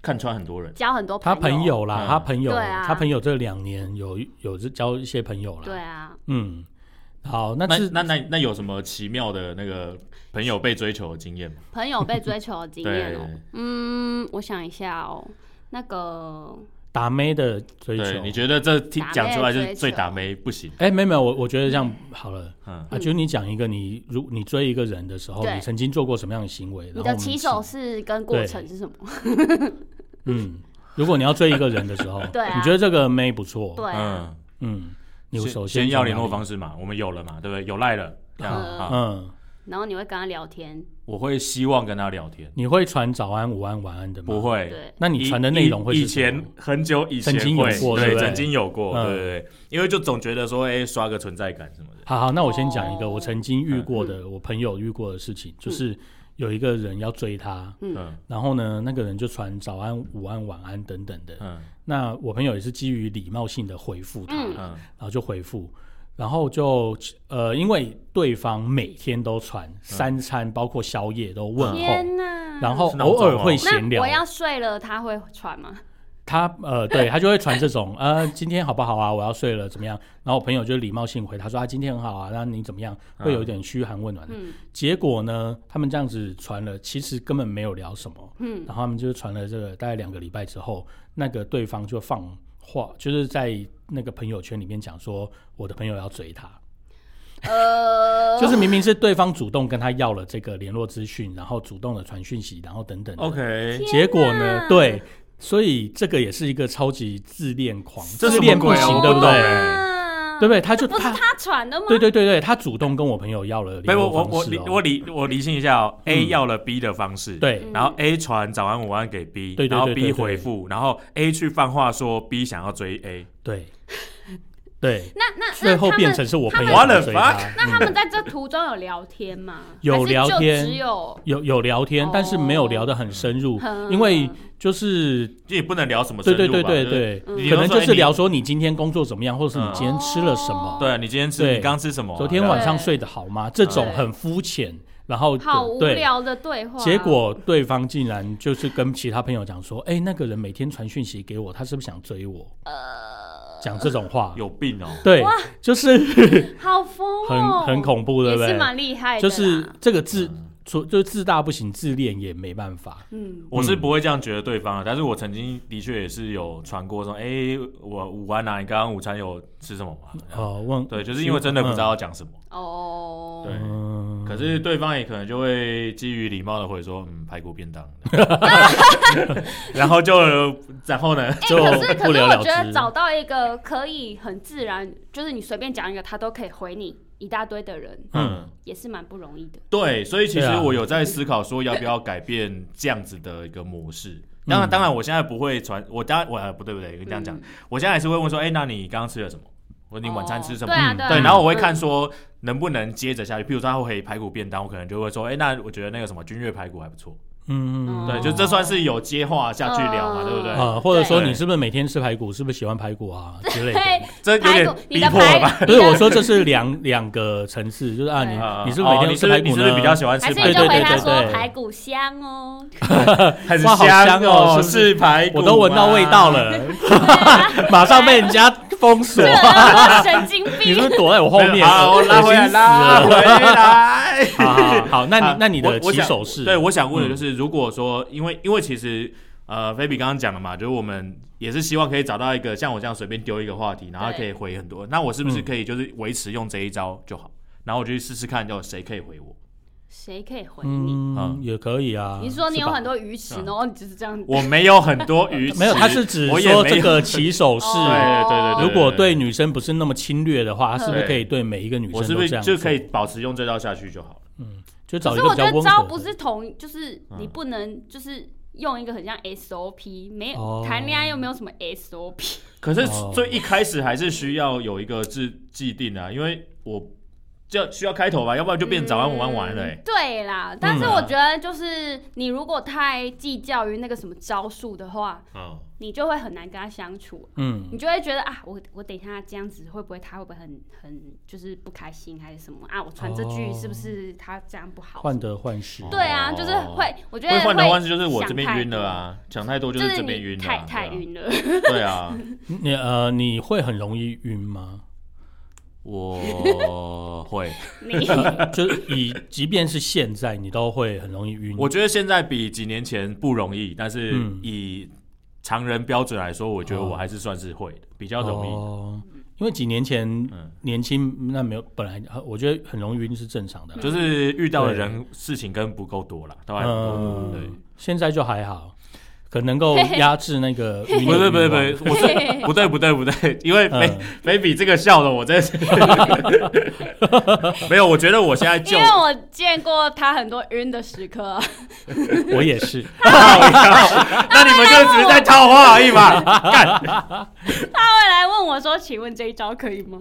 看穿很多人。交很多他朋友，友啦，嗯他朋友，对啊他朋友这两年有有交一些朋友啦。对，啊，嗯，好，那那是那那那有什么奇妙的那个朋友被追求的经验吗？朋友被追求的经验对哦，嗯，我想一下哦，那个打妹的追对，求你。觉得这听打妹讲出来就追是求最打妹不行？哎、没有没有，我我觉得这样好了。嗯，啊，嗯就你讲一个你，如你追一个人的时候，对你曾经做过什么样的行为？然后你我的们起手，是跟过程是什么？嗯，如果你要追一个人的时候， 对啊你觉得这个妹不错，对啊，嗯，嗯，你首先先要从联哪络里方式嘛，我们有了嘛，对不对？有赖了，这样嗯啊，嗯，然后你会跟他聊天，我会希望跟他聊天，你会传早安、午安、晚安的吗？不。会，对，嗯那你传的内容会以是以以什么前很久以前曾经有会过对对，不对曾经有过，嗯对对对，因为就总觉得说，哎，刷个存在感什么的，好好，那我先讲一个哦嗯我曾经遇嗯过的，我朋友遇过的事情，就是有一个人要追他，嗯然后呢，那个人就传早安、午安、晚安等等的。嗯那我朋友也是基于礼貌性的回复他，嗯嗯然后就回复，然后就呃，因为对方每天都传三餐，包括宵夜都问候，天哪！然后是那种偶尔会闲那聊我。要睡了，他会 传吗？他呃， 对他就会传这种呃，今天好不好啊？我要睡了，怎么样？然后我朋友就礼貌性回他说啊，今天很好啊，那你怎么样？会有一点嘘寒问暖的。嗯结果呢，他们这样子传了，其实根本没有聊什么。嗯然后他们就传了这个，大概两个礼拜之后，那个对方就放话，就是在那个朋友圈里面讲说，我的朋友要追他，呃，就是明明是对方主动跟他要了这个联络资讯，然后主动的传讯息，然后等等的。 ，OK，结果呢天哪，对，所以这个也是一个超级自恋狂，这自什么恋不鬼啊行，我对不不懂对？欸对不对？他就不是他，他传的吗？对对对对，他主动跟我朋友要了没联络有，我方式、哦我理我理我理清一下哦，A 嗯要了 B 的方式，对嗯然后 A 传早安午安给 B，对对对然后对 B 对对回复，然后 A 去放话说 B 想要追 A，对 对，那那最后那他们变成是我朋友他们在追他 What the 那他嗯们在这途中有聊天吗？有还是就聊天只有有有聊天哦，但是没有聊得很深入，嗯因为就是也不能聊什么对深对入吧，对对就是对，嗯你可能说就哎是你聊说你今天工作怎么样，或者是你嗯今天吃了什么，对你今天吃，对你刚吃什么啊？昨天晚上睡得好吗？这种对很肤浅，然后好无对。聊啊的对话，结果对方竟然就是跟其他朋友讲说：“哎、那个人每天传讯息给我，他是不是想追我？”呃讲这种话，有病哦，对，就是好疯很哦，很恐怖，对也不是对？蛮厉害的啦，就是这个自嗯，除就是自大不行，自恋也没办法。嗯，我是不会这样觉得对方的，但是我曾经的确也是有传过说，哎、我午安啊，你刚刚午餐有吃什么吗？哦，问对，就是因为真的不知道要讲什么，哦，对嗯，可是对方也可能就会基于礼貌的回说，嗯，排骨便 当，然后就然后呢，哎就可是可不是了我了觉得之找到一个可以很自然，就是你随便讲一个，他都可以回你一大堆的人，嗯，也是蛮不容易的。对，所以其实对啊我有在思考说要不要改变这样子的一个模式。嗯当然，当然，我现在不会传，我当然我呃不对不对，这样嗯，讲哦我现在还是会问说，哎、那你刚刚吃了什么？我你晚餐吃什么？哦对啊嗯对啊，对，然后我会嗯看说能不能接着下去。譬如说他会排骨便当，我可能就会说，哎、那我觉得那个什么君悦排骨还不错。嗯，哦对，就这算是有接话下去聊嘛，嗯对不对？啊、或者说对你是不是每天吃排骨？是不是喜欢排骨啊之类的？嘿，这有排点骨，你逼的迫了 吧？排，不是你 的我说，这是两两个层次，就是啊，对啊你你是不是每哦天你吃是不排是骨呢？你是不是比较喜欢还吃是排你骨？就回对他对对说对排骨香哦， 很哇好香哦是哦，不是是排骨，我都闻到味道。了，马上被人家封锁 这。人神经你是病不。是躲在我后面？好，啊我拉回恶来，心死了拉回来。好好好，那啊你那你我的我起想手式，嗯对，我想问的就是，如果说，因为因为其实呃，菲比刚刚讲了嘛，就是我们也是希望可以找到一个像我这样随便丢一个话题，然后可以回很多。那我是嗯不是可以就是维持用这一招就好？然后我就去试试看，有谁可以回我？谁可以回你？嗯嗯，也可以啊。你说你是有吧很多鱼池，嗯然后你就是这样，我没有很多鱼 没有，他是指我也说没这有个起手式， 哦对对对，如果对女生不是那么侵略的话，他是不是对可以对每一个女我生是不都是这样就做？可以保持用这招下去就好了？就可找一是个我比较觉得温招和不的？是同，就是你嗯不能就是用一个很像 SOP，没哦有谈恋爱又没有什么 SOP，可是哦最一开始还是需要有一个制既定啊，因为我就需要开头吧，要不然就变早安午安晚安了、欸嗯。对啦，但是嗯啊我觉得就是你如果太计较于那个什么招数的话，嗯，你就会很难跟他相处，嗯，你就会觉得啊，我我等一下这样子会不会他会不会很很就是不开心还是什么啊？我穿这句哦是不是他这样不好？患得患失。对啊，哦就是会，我觉会得换的方式就是我想这边太晕了啊，想太多多，就就是这边你晕了、太啊，太对啊晕 了。对啊，你呃，你会很容易晕吗？我会，你 就是以即便是现在，你都会很容易晕。我觉得现在比几年前不容易，但是嗯以常人标准来说，我觉得我还是算是会的，比较容易。哦，因为几年前嗯年轻那没有，本来呃我觉得很容易晕是正常的啦。嗯就是遇到的人事情跟不够多啦，都还不够多。对，嗯，现在就还好。可能够压制那个不 晕的欲望。对不对不对，我是不对不对不对，因为嗯 baby baby 这个笑的，我 真是 没有。我觉得我现在因就为我见过他很多晕的时刻，啊我也 是。那你们就只是在套话而已嘛。干，他会来问我说：“请问这一招可以 吗？”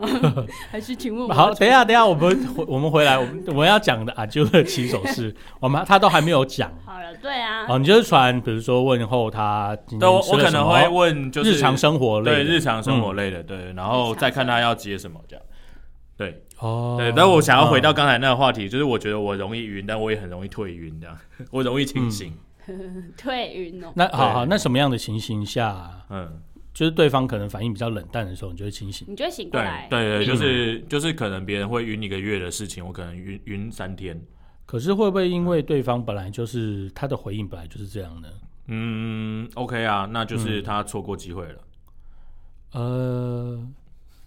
还是请问我好，等一下，等一下，我们回我们回来，我们我们要讲的阿啊啾的起手 式，我们他都还没有讲好了，对啊，哦。你就是传，比如说问候他今对，我天吃我了可什能么会问，就是日常生活类对的，嗯日常生活类的，对，然后再看他要接什么这样。对哦。对，但我想要回到嗯刚才那个话题，就是我觉得我容易晕，但我也很容易退晕，这样我容易清醒。退晕哦。那好对好，那什么样的情形下，嗯，就是对方可能反应比较冷淡的时候，你就会清醒？你就会醒过对来，对嗯对，就是就是可能别人会晕一个月的事情，我可能晕晕三天。可是会不会因为对方本来就是他的回应本来就是这样呢？嗯，OK 啊，那嗯就是他错过机会了。呃，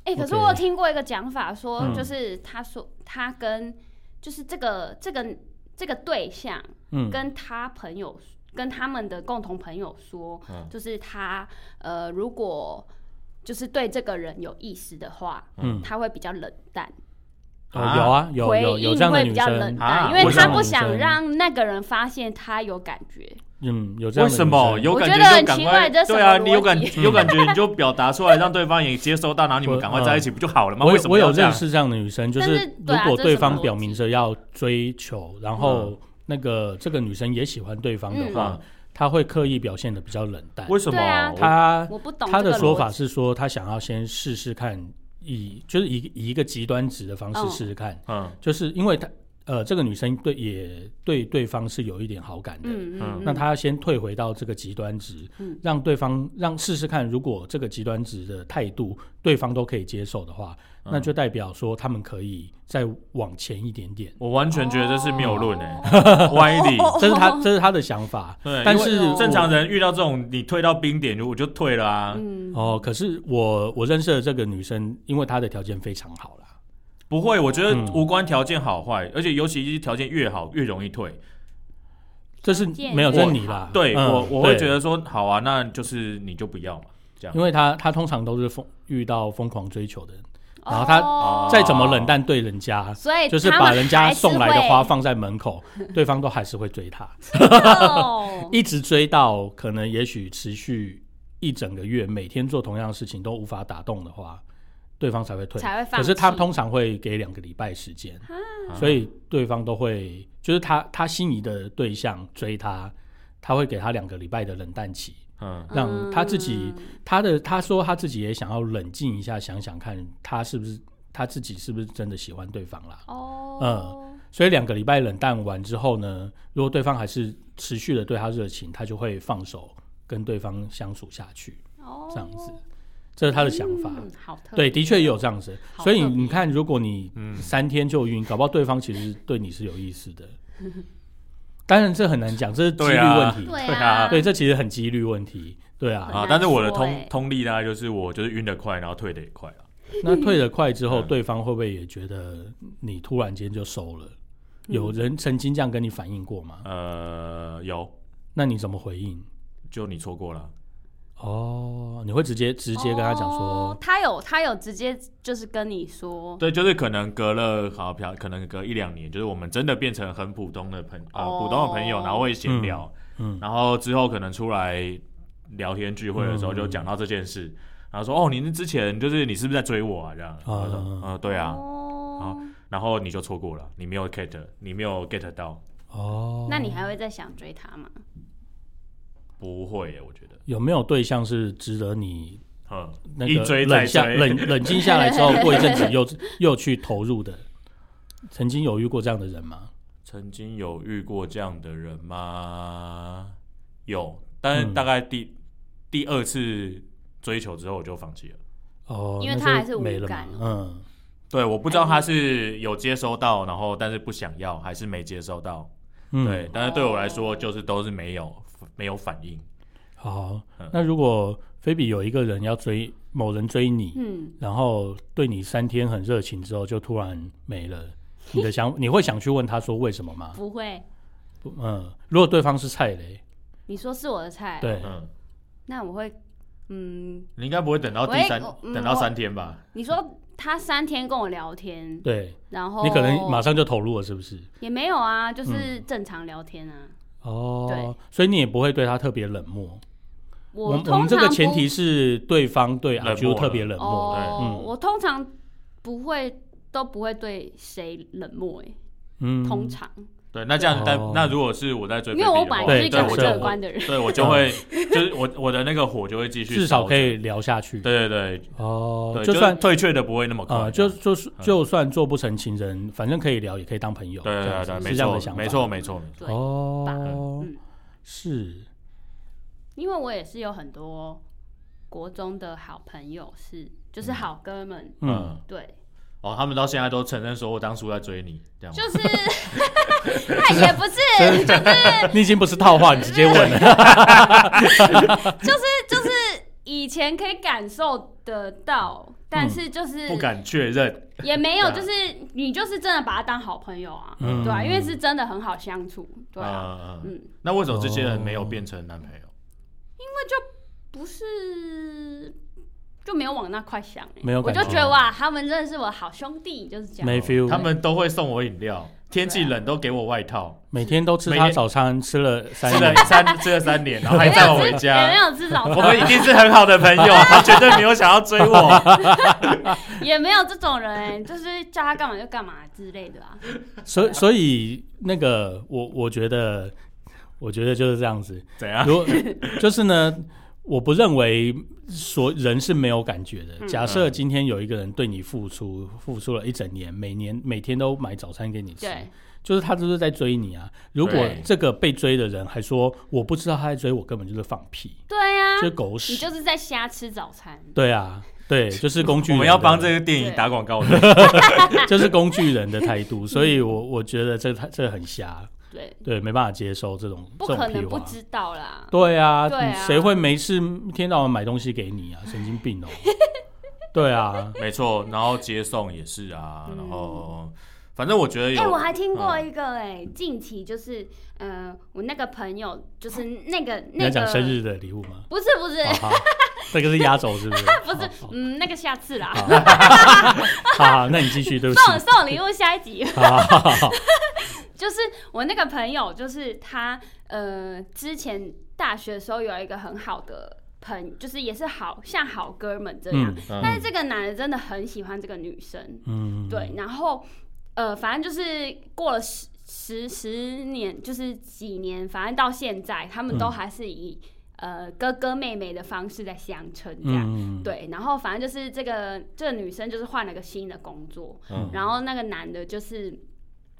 哎、可是 OK 我有听过一个讲法说，嗯就是他说他跟就是这个这个这个对象嗯，跟他朋友、跟他们的共同朋友说，嗯就是他呃如果就是对这个人有意思的话，嗯他会比较冷淡，哦，啊有啊，有回有有应这样的会女比较冷生，淡，啊因为我他想不女生想让那个人发现他有感觉。嗯，有这样的为女什生么有感我觉得觉就很赶奇快？怪这是对啊，什么你有感逻 有感觉你就表达出来，让对方也接收到，然后你们我赶快在一起不就好了吗？我为有什么我有要这样认识这样的女生，就但是是如对啊果这对是什么方表逻明辑着要追求，然后那个这个女生也喜欢对方的嗯话，啊她会刻意表现的比较冷淡。为什么？对啊我她我不懂她这的个说逻法辑是说，她想要先试试看，以就是以以一个极端值的方式嗯试试看，嗯就是因为她呃这个女生对也对对方是有一点好感的，嗯嗯嗯嗯，那他先退回到这个极端值，嗯让对方让试试看，如果这个极端值的态度对方都可以接受的话，嗯那就代表说他们可以再往前一点点。我完全觉得这是谬论哎，哦 歪 理。这是 他这是他的想法，对，欸但因为是我正常人遇到这种，你退到冰点，就我就退了啊，嗯，哦，可是我我认识的这个女生，因为她的条件非常好啦，不会，我觉得嗯无关条件好坏，而且尤其是条件越好越容易退。这是条件没有越这是你好啦，对嗯我我会对觉得说，好啊，那就是你就不要嘛，这样因。为她她通常都是疯遇到疯狂追求的人， 然后他哦再怎么冷淡对人家。所以就是哎他把们人家还是送来的会花放在门口，对方都还是会追她。哦一直追到可能也许持续一整个月，每天做同样的事情都无法打动的话， 对方才会退。才会放可弃。是他通常会给两个礼拜时间，啊所以对方都会就是他他心仪的对象追他，他会给他两个礼拜的冷淡期，嗯让他自己嗯他的他说他自己也想要冷静一下，想想看他是不是他自己是不是真的喜欢对方啦。哦，所以两个礼拜冷淡完之后呢，如果对方还是持续的对他热情，他就会放手跟对方相处下去，哦这样子，这是他的想法。嗯好特对，别的确也有这样子。好所以特别你看，如果你嗯三天就晕，搞不好对方其实对你是有意思的。当然这很难讲，这是几率对啊问题。 对对啊，啊对这其实很几率问题。对啊，啊，但是我的很难通说欸嗯通力呢，就是我就是晕得快，然后退得也快了。 那退得快之后，嗯对方会不会也觉得你突然间就收了？嗯有人曾经这样跟你反映过吗？呃，有，那你怎么回应？就你错过了。哦，你会直接直接跟他讲说哦，他有他有直接就是跟你说，对，就是可能隔了好漂，可能隔一两年，就是我们真的变成很普通的朋呃、哦普通的朋友，然后会闲聊，嗯然后之后可能出来聊天聚会的时候嗯就讲到这件事，然后说哦，你是之前就是你是不是在追我啊这样？我说嗯呃，对啊，哦，然后你就错过了，你没有 get，你没有 get 到，哦，那你还会再想追他吗？不会耶，我觉得，有没有对象是值得你嗯，那一个追再冷下追 冷冷静下来之后，过一阵子又 又去投入的？曾经有遇过这样的人吗？曾经有遇过这样的人吗？有，但是嗯大概第、第二次追求之后我就放弃了。哦，因为那他就还是无没了嘛感，嗯，对，哎我不知道他是有接收到，然后但是不想要，还是没接收到。嗯对，，但是对我来说就是都是没有没有反应。好嗯。那如果菲比有一个人要追某人追你，嗯，然后对你三天很热情之后就突然没了，你的想你会想去问他说为什么吗？不会，不嗯，如果对方是蔡雷，你说是我的菜，对，嗯，那我会，嗯，你应该不会等到第三我也我等到三天吧？你说他三天跟我聊天，对然后你可能马上嗯就投入了，是不是？也没有啊，就是正常聊天啊。哦对，所以你也不会对他特别冷漠。我们通我们这个常前不提是对方对阿冷啾漠特了别冷漠，哦，嗯我通常不会都不会对谁冷漠、欸，嗯，通常，对，那这样，但哦那如果是我在追，因为我本来就是一个对很我对乐就观的人，对我就会， 就是我我的那个火就会继续，至少可。以聊下去。对对对哦，对，就就嗯算算退却的不会那么快啊，，就就是就算做不成情人，反正可以聊，也可以当朋友。对这对样对，子没是这样的想错，法。没错，没错，没错对，哦嗯，是因为我也是有很多国中的好朋友是，就是好哥们，嗯，嗯，对，哦，他们到现在都承认说我当初在追你，这样吗就。是 那 也不是，就是你已经不是套话，你直接问了。就是就是以前可以感受得到，但是嗯就是不敢确认，也没有，对就啊是你就是真的把他当好朋友啊，嗯对啊，因为是真的很好相处，对啊，嗯嗯嗯，那为什么这些人没有变成男朋友？不是就没有往那块想、欸，没有我感就觉哦觉得哇，他们真的是我的好兄弟，就是这 样，没 feel，他们都会送我饮料，啊天气冷都给我外套，每天都吃每他天早餐，吃了三吃了年。三吃了三年，然后还也没载有我回吃，也没家。有至少我们一定是很好的朋友， 他绝对没有想要追我。也没有这种人、欸，就是叫他干嘛就干嘛之类的啊。所以所以那个，我我觉得，我觉得就是这样子。 怎样？如果就是呢，我不认为所人是没有感觉的。嗯假设今天有一个人对你付出，付出了一整年，每年每天都买早餐给你吃，对，就是他就是在追你啊。如果对这个被追的人还说我不知道他在追我，根本就是放屁，对呀、就是狗啊你屎。就是在瞎吃早餐。对啊，对，就是工具人的。我们要帮这个电影打广告的， 就是工具人的态度， 所以我我觉得这他这很瞎，对，对，没办法接受这种不这可种屁能不话。知道啦。对啊，对啊你谁会没事一天到晚买东西给你 啊？神经病哦！对啊，没错。然后接送也是啊，嗯然后反正我觉得哎、我有，还听嗯过一个哎、近期就是，呃，我那个朋友就是那个你那要个，讲生日哦的礼物吗？不是不是、好好，这个是压轴是 不是？不是好，嗯，那个下次啦，好好好，那你继续，对不送起。送礼物下 一集。 好好好好，就是我那个朋友，就是他呃，之前大学的时候有一个很好的朋，就是也是好像好哥们这样，嗯但是这个男的真的很喜欢这个女生，嗯，对，然后呃，反正就是过了十十十年，就是几年，反正到现在，他们都嗯还是以、呃哥哥妹妹的方式在相称这样。嗯，对，然后反正就是这个这个女生就是换了个新的工作，嗯然后那个男的就是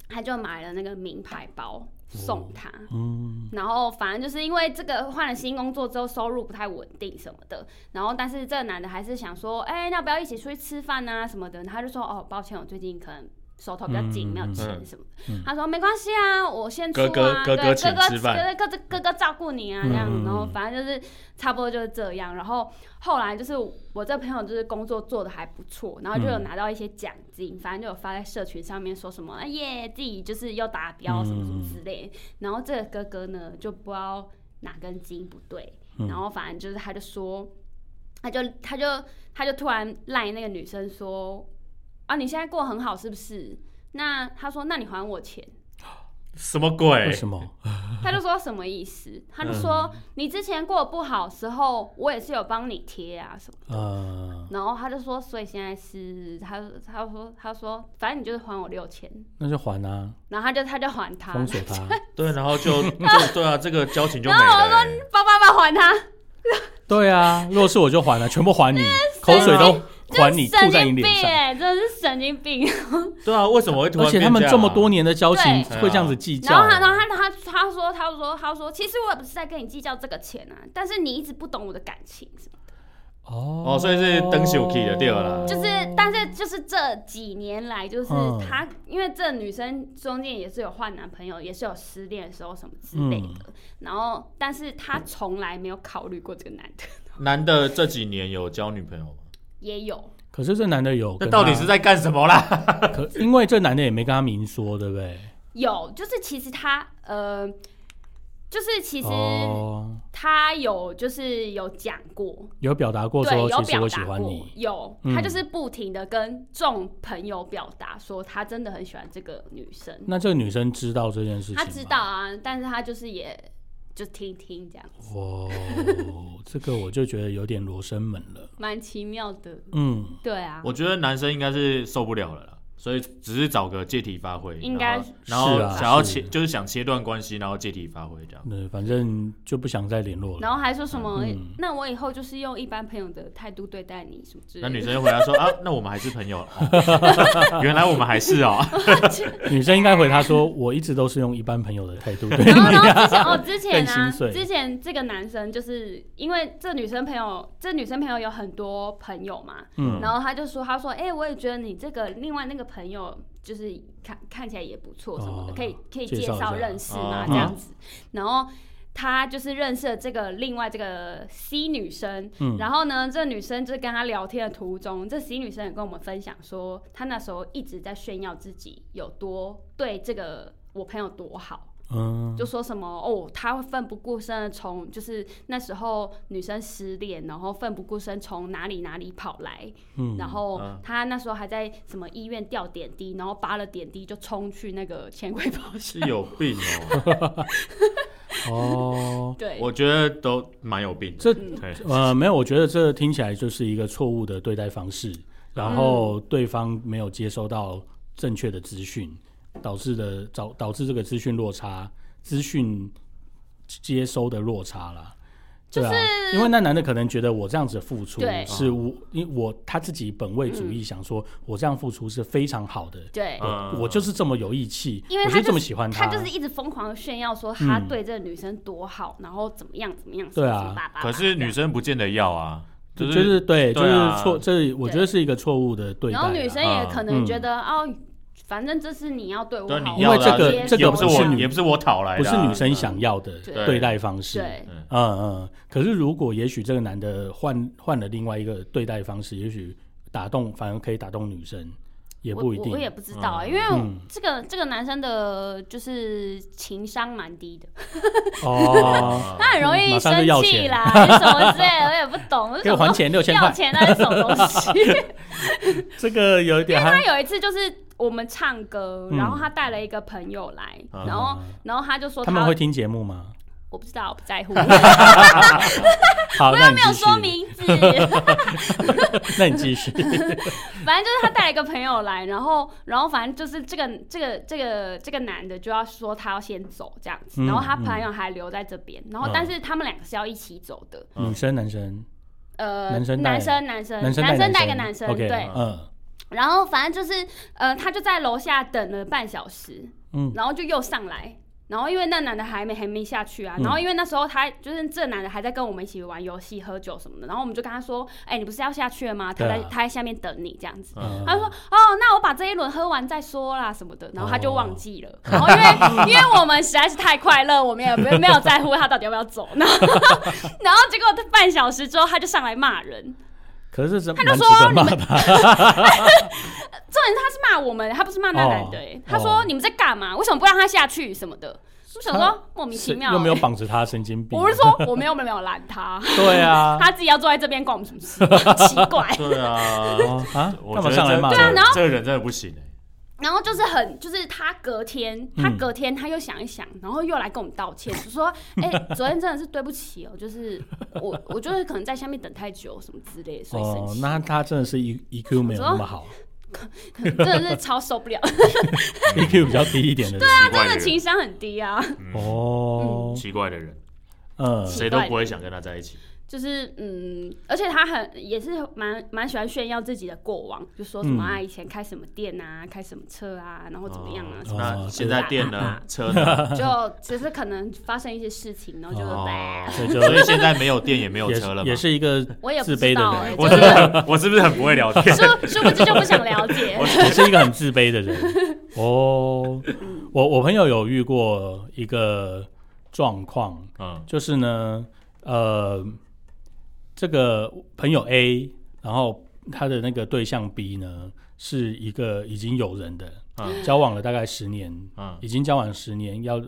他就买了那个名牌包送她。嗯，然后反正就是因为这个换了新工作之后，收入不太稳定什么的。然后但是这个男的还是想说，哎、要不要一起出去吃饭啊什么的？他就说，哦，抱歉，我最近可能。手头比较紧，嗯没有钱嗯什么的。他说没关系啊，我先出啊，哥对，哥哥哥哥哥请吃饭哥哥哥哥照顾你啊，嗯这样。嗯嗯然后反正就是差不多就是这样。然后后来就是我这朋友就是工作做的还不错，然后就有拿到一些奖金，反正就有发在社群上面说什么哎耶，自己就是又达标什么什么嗯之类的。然后这个哥哥呢，就不知道哪根筋不对，嗯然后反正就是他就说，他就他就他就突然赖那个女生说，啊，你现在过得很好是不是？那他说，那你还我钱。 什么鬼为？什么？他就说什么意思？他就说、嗯你之前过得不好的时候，我也是有帮你贴啊什么。呃，然后他就说，所以现在是他他说他说，反正你就是还我六千。那就还啊，然后他就他就还他，封锁他。对，然后就就对啊，这个交情就没了欸。 爸爸爸还他，对啊，如果是我就还了，全部 还你，口水都还你，这神吐在你经病脸上。哎、真的是神经病。对啊，为什么会突然？而且他们这么多，年的交情对会这样子计较然后他，啊，然后他，他，他说，他说，他说，其实我也不是在跟你计较这个钱啊，但是你一直不懂我的感情，什么哦哦所以是登秀气的对啦就是，但是就是这几年来，就是嗯他，因为这女生中间也是有换男朋友，也是有失恋的时候什么之类的，嗯然后，但是他从来没有考虑过这个男的，男的这几年有交女朋友吗？也有，可是这男的有那跟他，到底是在干什么啦？可？因为这男的也没跟他明说，对不对？有，就是其实他，呃，就是其实哦，他有就是有讲过，有表达过对，说有其实表我喜达欢过你，，有嗯他就是不停的跟众朋友表达说他真的很喜欢这个女生，那这个女生知道这件事情吗，他知道啊，但是他就是也就听听这样，哦，这个我就觉得有点罗生门了。蛮奇妙的，嗯，对啊， 我觉得男生应该是受不了了啦，所以只是找个借题发挥，应该然后然后是啊想要是切就是想切断关系，然后借题发挥这样。那反正就不想再联络然后了。还说什么、嗯那我以后就是用一般朋友的态度对待你什么之那类女的，生就回答说啊，那我们还是朋友了 哦，原来我们还是哦，女生应该回他说：“我一直都是用一般朋友的态度对然后你。然后之前 啊哦之前更啊心碎之前这个男生就是因为这女生朋友这女生朋友有很多朋友嘛，”嗯，然后他就说：“他说，哎、我也觉得你这个另外那个朋友，就是看看起来也不错，什么的，哦可以可以介介绍一绍下认识嘛，哦这样子。然后他就是认识了这个另外这个 C 女生，嗯然后呢，这女生就跟他聊天的途中，这 C 女生也跟我们分享说，她那时候一直在炫耀自己有多对这个我朋友多好。嗯，就说什么哦，他会奋不顾身的从就是那时候女生失恋，然后奋不顾身从哪里哪里跑来，嗯然后嗯他那时候还在什么医院吊点滴，然后拔了点滴就冲去那个钱柜保是险，有病哦，哦， 对，我觉得都蛮有病的。这嗯对，呃没有，我觉得这听起来就是一个错误的对待方式，然后对方没有接收到正确的资讯，导致的导导致这个资讯落差，资讯接收的落差啦。对啊，因为那男的可能觉得我这样子付出对嗯是我，因为我他自己本位主义想说，我这样付出是非常好的，对。嗯我我就是这么有义气，因为我他就就这么喜欢他就是一直疯狂的炫耀说他嗯对这个女生多好，然后怎么样怎么样，对啊什么爸爸。可是女生不见得要啊，就就是对，就对啊是错，这我觉得是一个错误的对待然啦。后女生也啊可能觉得哦，反正这是你要对我对好，你因要为的啊这个我接这个也受不是不是我女也不是我讨来不的是啊，女生想要的对对待方式。对，嗯，嗯嗯。可是如果也许这个男的换换了另外一个对待方式，也许打动反而可以打动女生，也不一我我我也定。嗯不知道、啊，因为这个这个男生的就是情商蛮低的，哦，嗯 他很容易嗯马上就生要气钱啦，还是什么之类的，我也不懂。 给我还钱六什千么要块，啊钱啊那是什么东 西？这个有一点还他有一次就是我们唱歌，嗯啊然后他带了一个朋友来，嗯然后然后他就说他们会听节目 吗？我不知道，我不 在乎，他好，那你没有继续说，名字， 那你继 续。反正就是他带了一个朋友来，然后然后反正就是这个这个这个这个男的就要说他要先走这样子，嗯然后他朋友还留在这边，然后嗯但是他们两个是要一起走的，嗯女生、男生、呃，男生带男生男生男生带带个男生 OK，对。嗯然后反正就是呃，他就在楼下等了半小时，嗯然后就又上来。然后因为那男的还没还没下去啊，嗯然后因为那时候他就是这男的还在跟我们一起玩游戏、喝酒什么的，然后我们就跟他说：“哎、你不是要下去了吗？他对啊在、他在下面等你这样子。”嗯，他就说：“哦，那我把这一轮喝完再说啦，什么的。”然后他哦就忘记了。然后因 为因为我们实在是太快乐，我们也没没有在乎他到底要不要走。然后 然后结果他半小时之后，他就上来骂人。可是这他蛮值就说得你骂们的，重点是他是骂我们，他不是骂那男的、欸哦他哦说你们在干嘛？为什么不让他下去什么的？我想说莫名其是妙、又没有欸绑着他，神经病。我是说我没有没有拦他，对啊，他自己要坐在这边关我们什么 事？奇怪。对啊，哦啊，我干嘛觉得上来这骂这人？然后这个人真的不行哎，然后就是很，就是他隔天，嗯他隔天他又想一想，然后又来跟我们道歉，就 说：“哎、昨天真的是对不起哦，就是我我就是可能在下面等太久什么之类的，所以生哦，气，那他真的是 E E Q 没有那么好真的是超受不了， ，E Q 比较低一点的。对啊，奇怪真的人情商很低啊，哦，奇怪的人，嗯，奇谁都怪不会想跟他在一起。就是嗯，而且他很也是蛮蛮喜欢炫耀自己的过往，就说什么嗯啊，以前开什么店啊，开什么车啊，然后怎么样啊，哦什么哦那现在店对啊呢？车 呢？就只是可能发生一些事情，然后就哦哎所以 就所以现在没有店也没有也车了是嘛。也是一个我也不自知卑的道哎、人，我就是不是是我是不是很不会聊天？殊殊不知就不想 了解。 也是一个很自卑的人。哦，我我朋友有遇过一个状况，嗯就是呢，呃，这个朋友 A，然后他的那个对象 B 呢，是一个已经有人的，嗯交往了大概十年，嗯已经交往十年，要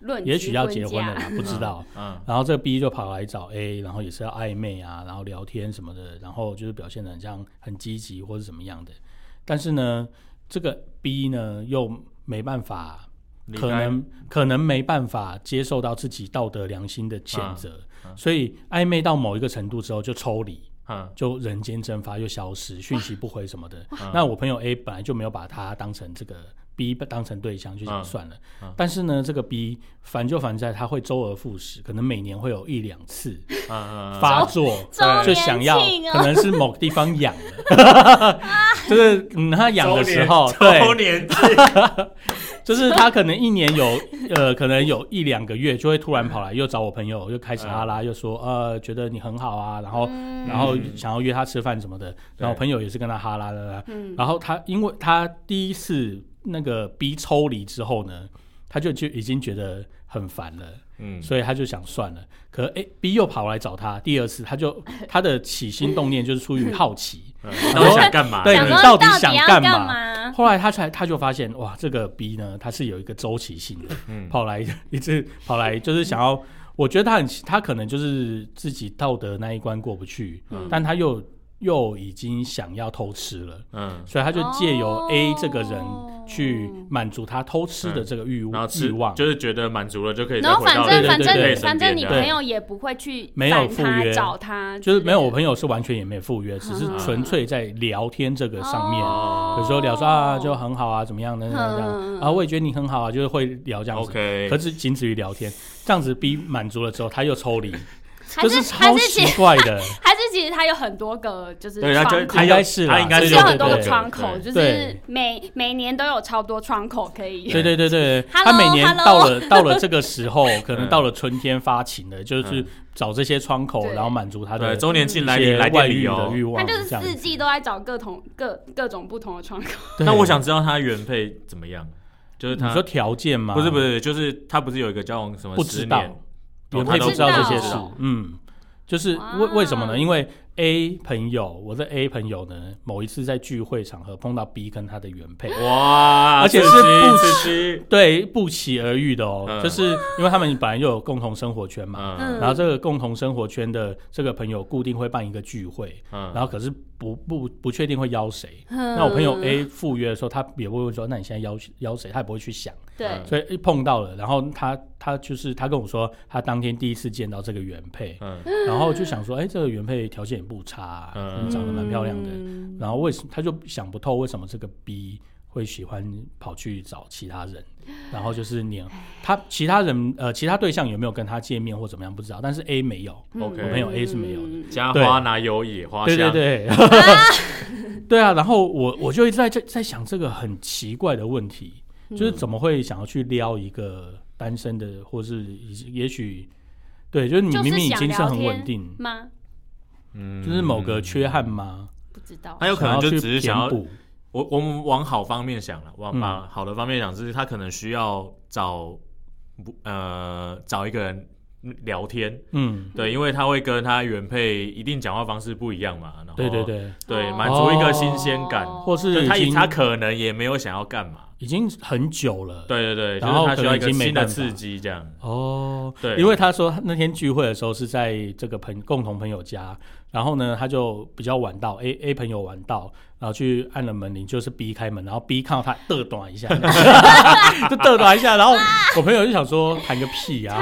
论也许要结婚婚了啦，不知道。嗯，然后这个 B 就跑来找 A，然后也是要暧昧啊，然后聊天什么的，然后就是表现的很像很积极或是怎么样的。但是呢，这个 B 呢又没办法，离可开能可能没办法接受到自己道德良心的嗯谴责，所以暧昧到某一个程度之后就抽离，嗯就人间蒸发又消失，讯息不回什么的。嗯那我朋友 A 本来就没有把他当成这个 B 当成对象，就想嗯算了。嗯但是呢，这个 B 烦就烦在他会周而复始，可能每年会有一两次嗯嗯，发作， 周啊就年庆哦想要，可能是某个地方痒了， 就是嗯他痒的时候，周对，年 就是他可能一年有 呃，可能有一两个月就会突然跑来又找我朋友，又开始哈拉，又说呃觉得你很好啊，然后嗯然后嗯想要约他吃饭什么的，然后我朋友也是跟他哈拉啦啦，嗯，然后他因为他第一次那个 B 抽离之后呢，他就就已经觉得很烦了，嗯所以他就想算了。可哎 B 又跑来找他，第二次他就他的起心动念就是出于好奇，嗯那我想干嘛？对想你说到底底想要干嘛嘛？后来他才他就发现哇，这个 B 呢他是有一个周期性的，嗯跑来一直跑来就是想要，我觉得他很他可能就是自己道德那一关过不去，嗯但他又又已经想要偷吃了。嗯，所以他就借由哦 A 这个人去满足他偷吃的这个欲嗯然后吃欲望，就是觉得满足了就可以再然后回反到正对反对对正身反边正你这对样朋友也不会去没有烦赴他约找他之就类的，是没有我朋友是完全也没赴约，只是嗯纯粹在聊天这个上面，哦有时候聊说啊就很好啊，怎么样呢？怎么样嗯啊？我也觉得你很好啊，就是会聊这样子。 OK，可是仅止于聊天，这样子 B 满足了之后，他又抽离，还就是还超是其奇啊怪 的。还是其实他有很多个就是对，他就窗口他应该是啦他应该就是是有很多对个对窗口，对就是对每每年都有超多窗口可以。 对对对对， Hello，他每年 hello 到了到了这个时 候，可能嗯到了春天发情的，就是嗯找这些窗口，对然后满足他的对周年庆来一你些来嗯外店哦旅遇的游欲，望，他就是这样四季都在找各同各各种不同的窗口，对那我想知道他原配怎么样，就是他你说条件吗？不是不，是，就是他不是有一个交往什么不十知年道，哦原他配都不知道这些不知事道。嗯，就是哇为为什么呢？因为 A 朋友，我的 A 朋友呢，某一次在聚会场合碰到 B 跟他的原配。哇， 而且刺是激不刺激，对，不期而遇的哦，嗯就是因为他们本来就有共同生活圈嘛，嗯嗯然后这个共同生活圈的这个朋友固定会办一个聚会，嗯，然后可是不不不确定会邀谁。那那我朋友 A 赴约的时候，他也不会问说，那你现在邀邀谁，他也不会去想。对嗯，所以一碰到了，然后他他就是他跟我说，他当天第一次见到这个原配，嗯然后就想说，哎、这个原配条件也不差、啊，嗯长得蛮漂亮的。嗯然后为什么他就想不透为什么这个 B 会喜欢跑去找其他人，然后就是你他其他人呃其他对象有没有跟他见面或怎么样不知道，但是 A 没有， ，OK，嗯我朋友 A 是没有的嗯家对花哪有野花对香？对对， 对啊，然后我我就一直在在在想这个很奇怪的问题，就是嗯怎么会想要去撩一个单身的，或是已也许对，就是你就是明明已经是想聊很稳天定，吗？嗯就是某个缺憾吗？不知道他，有可能就去只是想要填补，我我们往好方面想了，往嗯把好的方面想，就是他可能需要找不呃找一个人聊天，嗯，对，因为他会跟他原配一定讲话方式不一样嘛，然后对对对，对，哦满足一个新鲜感，哦或就是他已也经他可能也没有想要干嘛，已经很久了，对对对，就然后是他需要一可能个已经没新的办法刺激这样，哦，对因为他说那天聚会的时候是在这个朋共同朋友家，然后呢他就比较晚到，A A 朋友晚到，然后去按了门铃，就是 B 开门，然后 B 看到他 嘚 短一下，就嘚 短一下，然后我朋友就想 说谈个屁啊，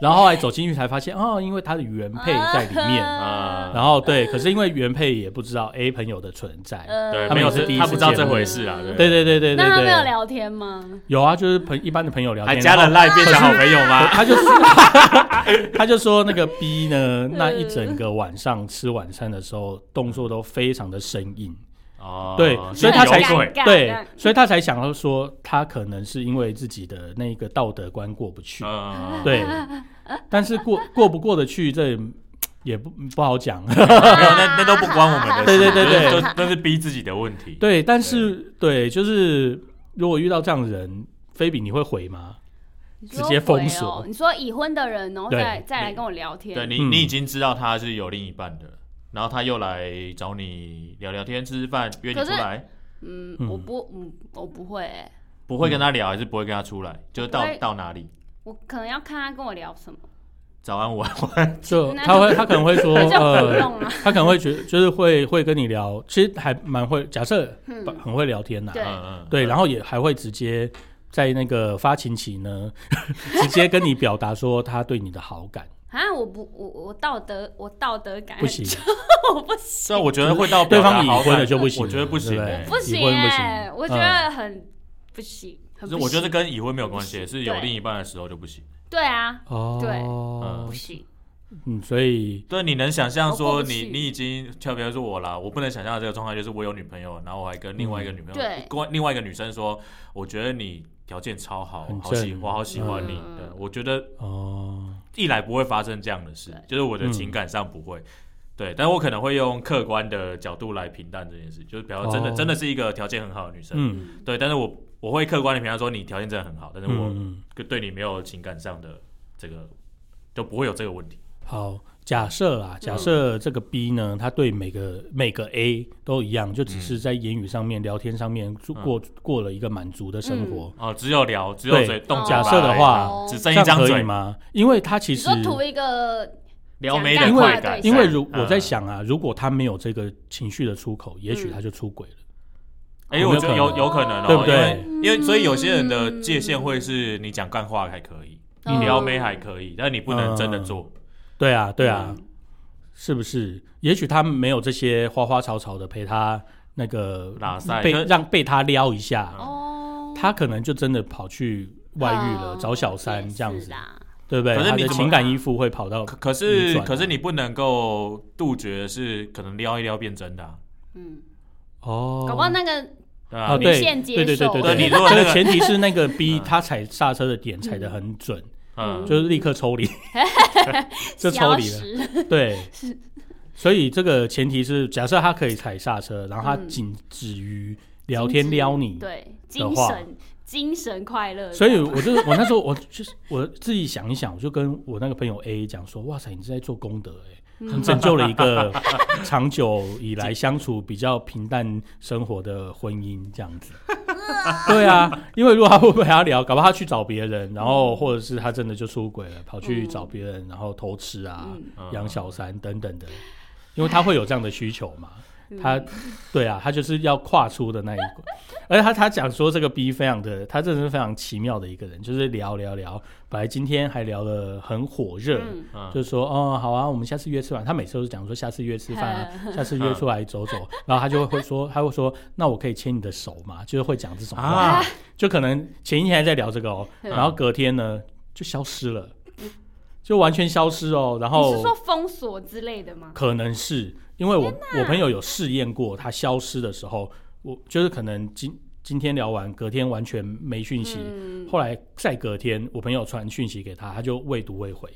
然后后来走进去才发现哦，因为他的原配在里呃面，啊然后对，可是因为原配也不知道 A 朋友的存在，呃对，他们没也有是第一他次不知道见这面回事啊，嗯对对对对对那他没有对，聊天吗？有啊，就是朋一般的朋友聊天，还加了 赖变成好朋友吗？他就说，他就说那个 B 呢，那一整个晚上吃晚餐的时候，动作都非常的生硬，哦， 对所以他才有鬼，尴尬对但，所以他才想要说，他可能是因为自己的那个道德观过不去，嗯， 对，但是过过不过得去，这也不不好讲， 没有，那那都不关我们的事，对对对对就是都那是逼自己的问题。对，但是对，就是如果遇到这样的人，菲比你会回吗？你直说接封鬼哦锁你说已婚的人，然后对再再来跟我聊天，对你，嗯你已经知道他是有另一半的，然后他又来找你聊聊天、吃吃饭、约你可出是来，嗯，嗯我不，嗯，我不会欸、不会跟他聊，还是不会跟他出来，就是到不会到哪里？我可能要看他跟我聊什么，早安，晚安。就 那他会，他可能会说，就不呃，用了。他可能会觉就是会会跟你聊，其实还蛮会，假设嗯很会聊天呐、啊对嗯嗯，对，然后也还会直接在那个发情期呢， 直接跟你表达说他对你的好 感，啊，我不，我我道德，我道德感不行，我不行，虽然我觉得会到对表达方已好婚感了就不行了，我觉得不行对欸对不行已婚不哎、行，嗯我觉得很不行，很就是不我觉得行。跟已婚没有关系，不行是有对另一半的时候就不行。对啊，哦不，行，嗯，所以对，你能想象我说哦过不你去你已经，就比如说我啦，我不能想象的这个状态就是我有女朋友，然后我还跟另嗯外一个女朋友，对跟另外一个女生说，我觉得你条件超好很，好喜正我好喜欢你。嗯对，我觉得哦，一来不会发生这样的事对，就是嗯我的情感上不会。对，但我可能会用客观的角度来评判这件事，就是比方说真的、哦真的是一个条件很好的女生，嗯对，但是我我会客观的评价说你条件真的很好，但是我嗯，对你没有情感上的这个就不会有这个问题。好。假设嗯啦，假设这个 B 呢，他对每个每个 A 都一样，就只是在言语上面、聊天上面做嗯过过了一个满足的生嗯活，哦，只有聊，只有对嘴动假嘴巴设的而已啊话哦只这剩一样张可以嘴，吗？因为他其你实说图一个，撩妹的讲干话快的感。对因为象如我嗯在，想啊，如果他没有这个情绪的出口，也许他就出轨了。哎，有我没有觉得有有可能哦，对不对因为因为所以有些人嗯的界限会是你讲干话还可以，嗯你撩妹还可以，但你不能真的做。对啊，对啊，嗯是不是？也许他没有这些花花草草的陪他那个拉塞被可嗯让被他撩一下，哦，他可能就真的跑去嗯外遇了，哦找小三这样也子是，啦对不对？可是他你的怎么情感依附会跑到可可逆是转啊可是你不能够杜绝是可能撩一撩变真的啊，嗯，哦，搞不好那个对啊，啊，对无限对接对对受对 对你对，如果这那个个前提是那个 B 嗯他踩刹车的点踩得很准，嗯，就是立刻抽离，就抽消离了。失， 对，所以这个前提是，假设他可以踩刹车，然后他嗯仅止于聊天撩你。对，的精话神精神快乐，嗯所以我就我那时候我就是我自己想一想，我就跟我那个朋友 A 讲说：“哇塞，你是在做功德哎、嗯你拯救了一 个长久以来相处比较平淡生活的婚姻，这样 子。对啊，因为如果他会陪他聊，搞不好他去找别人，然后或者是他真的就出轨了，跑去嗯找别人，然后偷吃啊，嗯嗯养小三等等的，因为他会有这样的需求嘛。嗯他，对啊，他就是要跨出的那一关。而且他他讲说这个 B 非常的，他真的是非常奇妙的一个人，就是聊聊聊，本来今天还聊得很火热，嗯嗯就说哦好啊，我们下次约吃饭。他每次都是讲说下次约吃饭嗯啊，下次约出来走 走，然后他就会说他会说那我可以牵你的手嘛，就是会讲这种话，啊，就可能前一天还在聊这个哦，嗯然后隔天呢就消失了，就完全消失哦，然后你是说封锁之类的吗？可能是因为我我朋友有试验过，他消失的时候，我就是可能今今天聊完，隔天完全没讯息，嗯，后来再隔天我朋友传讯息给他，他就未读未回，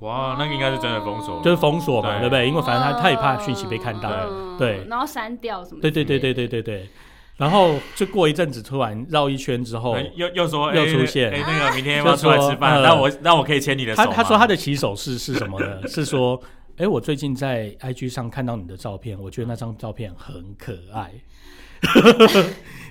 哇，那个应该是真的封锁，就是封锁嘛，对对不对？因为反正哦他他也怕讯息被看到，嗯对然后删掉什么？对对对对对对对，然后就过一阵子，突然绕一圈之后。哎又又说哦又哎出现哎，那个明天要不要出来就说吃饭？呃那我那我可以牵你的手他吗。他说他的起手式是什么 呢？是说，哎、我最近在 IG 上看到你的照片，我觉得那张照片很可爱。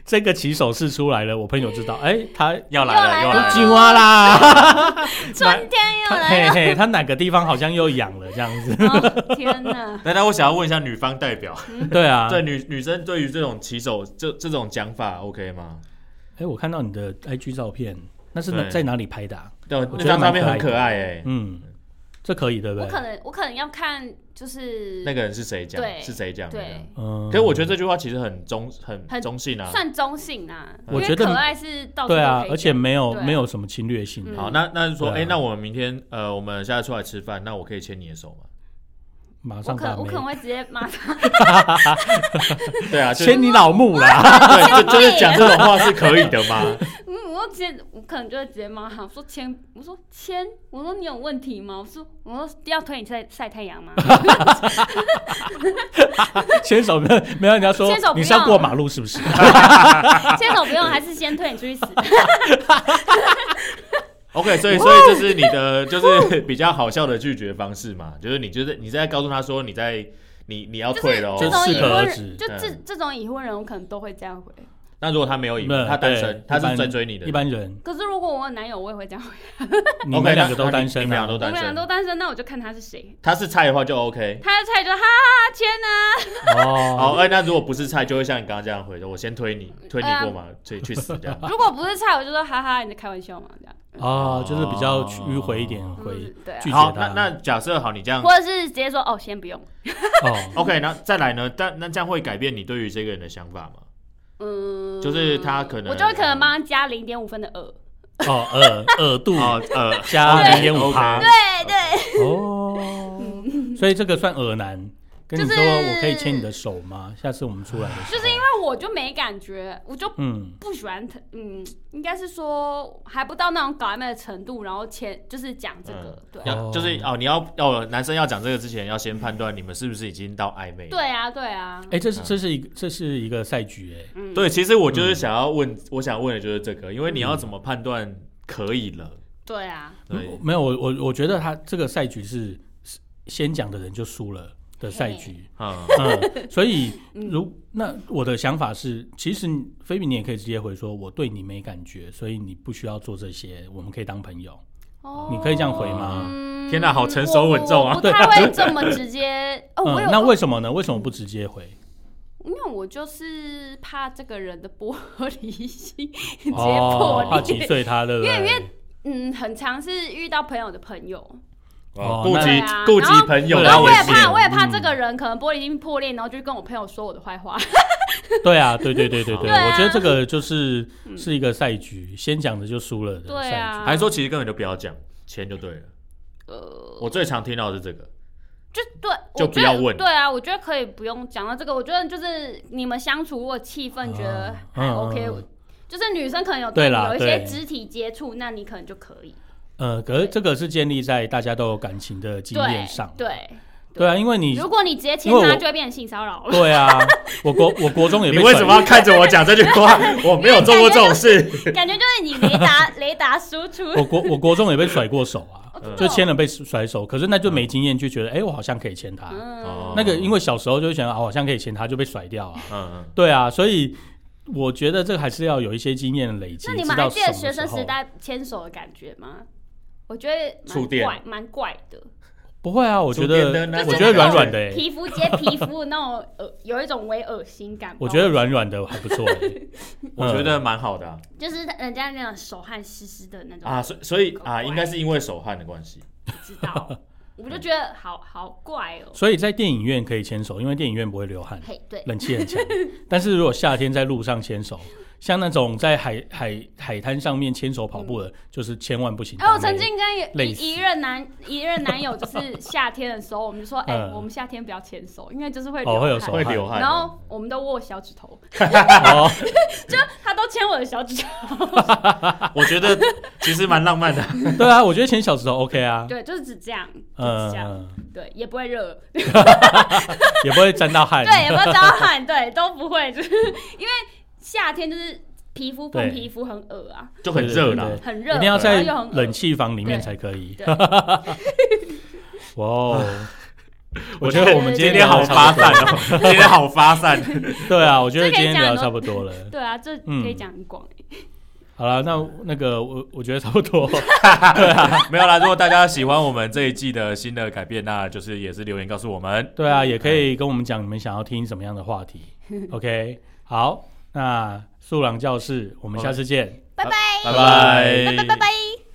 这个起手式出来了，我朋友知道，哎、他要来了，又又来了来青了，蛙啦，春天又他嘿来嘿，他哪个地方好像又痒了这样子？了，天哪！那那我想要问一下女方代表，对啊，嗯 对女女生对于这种骑手这这种讲法 OK 吗？哎、我看到你的 IG 照片，那是哪对在哪里拍的、啊？对，觉得那张照片很蛮可可爱哎，嗯，这可 以对不我对可？能我可能要看，就是那个啊人是谁讲？对是谁讲的？对，嗯，可是我觉得这句话其实很中很很中性啊。算中性啊，嗯我因为觉得可爱是到处对都啊可，以而且没有、对啊没有什么侵略性嗯，好，那那就说，对啊哎，那我们明天呃，我们下次出来吃饭，那我可以牵你的手 吗？马我上可打我可能会直接骂他，对啊，就是先你老木啦。对，就就是讲这种话是可以的吗？嗯，我就直接我可能就会直接骂他，我说签，我说签，我说你有问题吗？我说我说要推你晒晒太阳吗？ 牵手没有没有，你要说牵手不你是要用过马路是不是？牵手不用，还是先推你出去死？哦 OK，所以所以这是你的 就是比较好笑的拒绝方式嘛，就是你就是你在告诉他说你在你你要退了哦，这种就已适可而婚止人，就这嗯这种已婚人，我可能都会这样回。那如果他没有已婚，那他单对身，他一是般在追你的人，一般人，可是如果我有男友，我也会这样。你们两个都单身、啊，你们俩都我们单俩身都，单身，那我就看他是谁。他是菜的话就 OK。他的菜就哈哈啊天哪、好，哦，哎，那如果不是菜，就会像你刚刚这样回的，我先推你，推你过马，推去死这样。如果不是菜，我就说哈哈，你在开玩笑嘛，这样。哦，就是比较迂回一点回嗯对啊 拒绝好，他那那假设好，你这样或者是直接说哦，先不用。哦， OK，那再来呢？但那这样会改变你对于这个人的想法吗？嗯，就是他可能我就会可能帮他加零点五分的额。哦，耳耳度哦， 呃，加零点五趴 OK，OK，对对，哦，所以这个算耳男。跟你就说，是我可以牵你的手吗？下次我们出来的时候，就是因为我就没感觉，我就嗯，不喜欢他。嗯，应该是说还不到那种搞暧昧的程度，然后前就是讲这个，对哦啊要就是哦，你要哦，男生要讲这个之前，要先判断你们是不是已经到暧昧。对啊对啊哎、，这是这是一个这是一个赛局哎、嗯，对，其实我就是想要问，我想问的就是这个，因为你嗯要怎么判断可以了？对啊，对嗯，没有我我我觉得他这个赛局是是先讲的人就输了的赛局，嗯，嗯，所 以如那我的想法是，其实你菲比你也可以直接回说，我对你没感觉，所以你不需要做这些，我们可以当朋友。哦你可以这样回吗嗯天哪好成熟稳重啊我我不太会这么直 接。哦，我有嗯，那为什么呢？为什么不直接回？因为我就是怕这个人的玻璃心 直接破哦，怕裂，挤碎他，对不 对？因为因为嗯，很常是遇到朋友的朋友， 哦顾对及啊顾及然后朋友然然后后我危也险。怕，我也怕这个人可嗯能玻璃心破裂，然后就跟我朋友说我的坏话。对啊，对对对对 对，对啊我觉得这个就是是一个赛局，先讲的就输了的 对赛局。啊，还是说其实根本就不要讲，签就对了。呃，我最常听到的是这个，就对，就我觉不要得问对啊，我觉得可以不用讲到这个。我觉得就是你们相处，如果气氛觉得啊还嗯 OK，、嗯嗯就是女生可能有对你啦有一些对肢体接触，那你可能就可以。呃，可是这个是建立在大家都有感情的经验对上。对，对啊，因为你如果你直接牵因为他，我就会变成性骚扰 了。对啊，我国我国中也你被为甩什么要看着我讲这句 话？我没有做过这种事。感觉就是你雷达雷达输出， 我国我国中也被甩过手啊，哦真的就哦牵了被甩手，可是那就没经验，就觉得哎、我好像可以牵他。哦嗯，那个因为小时候就会想啊，好像可以牵他，就被甩掉啊。嗯对啊，所以我觉得这个还是要有一些经验的累积。那你知们还道记得什学么生时时候代牵手的感觉吗？我觉得触蛮电怪，蛮怪的。不会啊，我觉触得电灯啊我就觉是得那软种软的、欸，皮肤接皮肤那种呃，有一种微恶心感吧。我觉得软软的还不错、欸。嗯，我觉得蛮好的啊就是人家那种手汗湿湿的那种，啊，所所以啊，应该是因为手汗的关系。不知 道，我就觉得好好怪哦嗯，。所以在电影院可以牵手，因为电影院不会流 汗。嘿，对，冷气很强。但是如果夏天在路上牵手，像那种在海海海滩上面牵手跑步的，就是千万不行。嗯哎，我曾经跟累一死一任男一任男友，就是夏天的时候，我们就说，哎嗯，我们夏天不要牵手，因为就是会哦会有流汗手会流汗然后我们都握小指头， 哦，他都牵我的小指头。嗯我觉得其实蛮浪漫的。对啊，我觉得牵小指头 OK 啊，对，就是只这样，就是这样，嗯，对，也不会热，也不会沾到汗。 对，也不会招汗，对，都不会，就是因为夏天就是皮肤碰对皮肤很恶啊，就很热啦对对对很热，一定要在然后又很冷恶气房里面才可以。对哇哦， 我我觉得觉得我我们们今今天天聊好得发差不多散哦，今天好发散。 对啊，我觉得今天这可以聊讲得差不多了。对啊，这嗯可以讲很广欸、好了，那那个我我觉得差不 多。 没有啦，如果大家喜欢我们这一季的新的改变，那就是也是留言告诉我们。对啊，也可以跟我们讲你们想要听什么样的话题。OK，好，那素朗教室，我们下次见。拜拜，哎拜拜拜拜拜拜。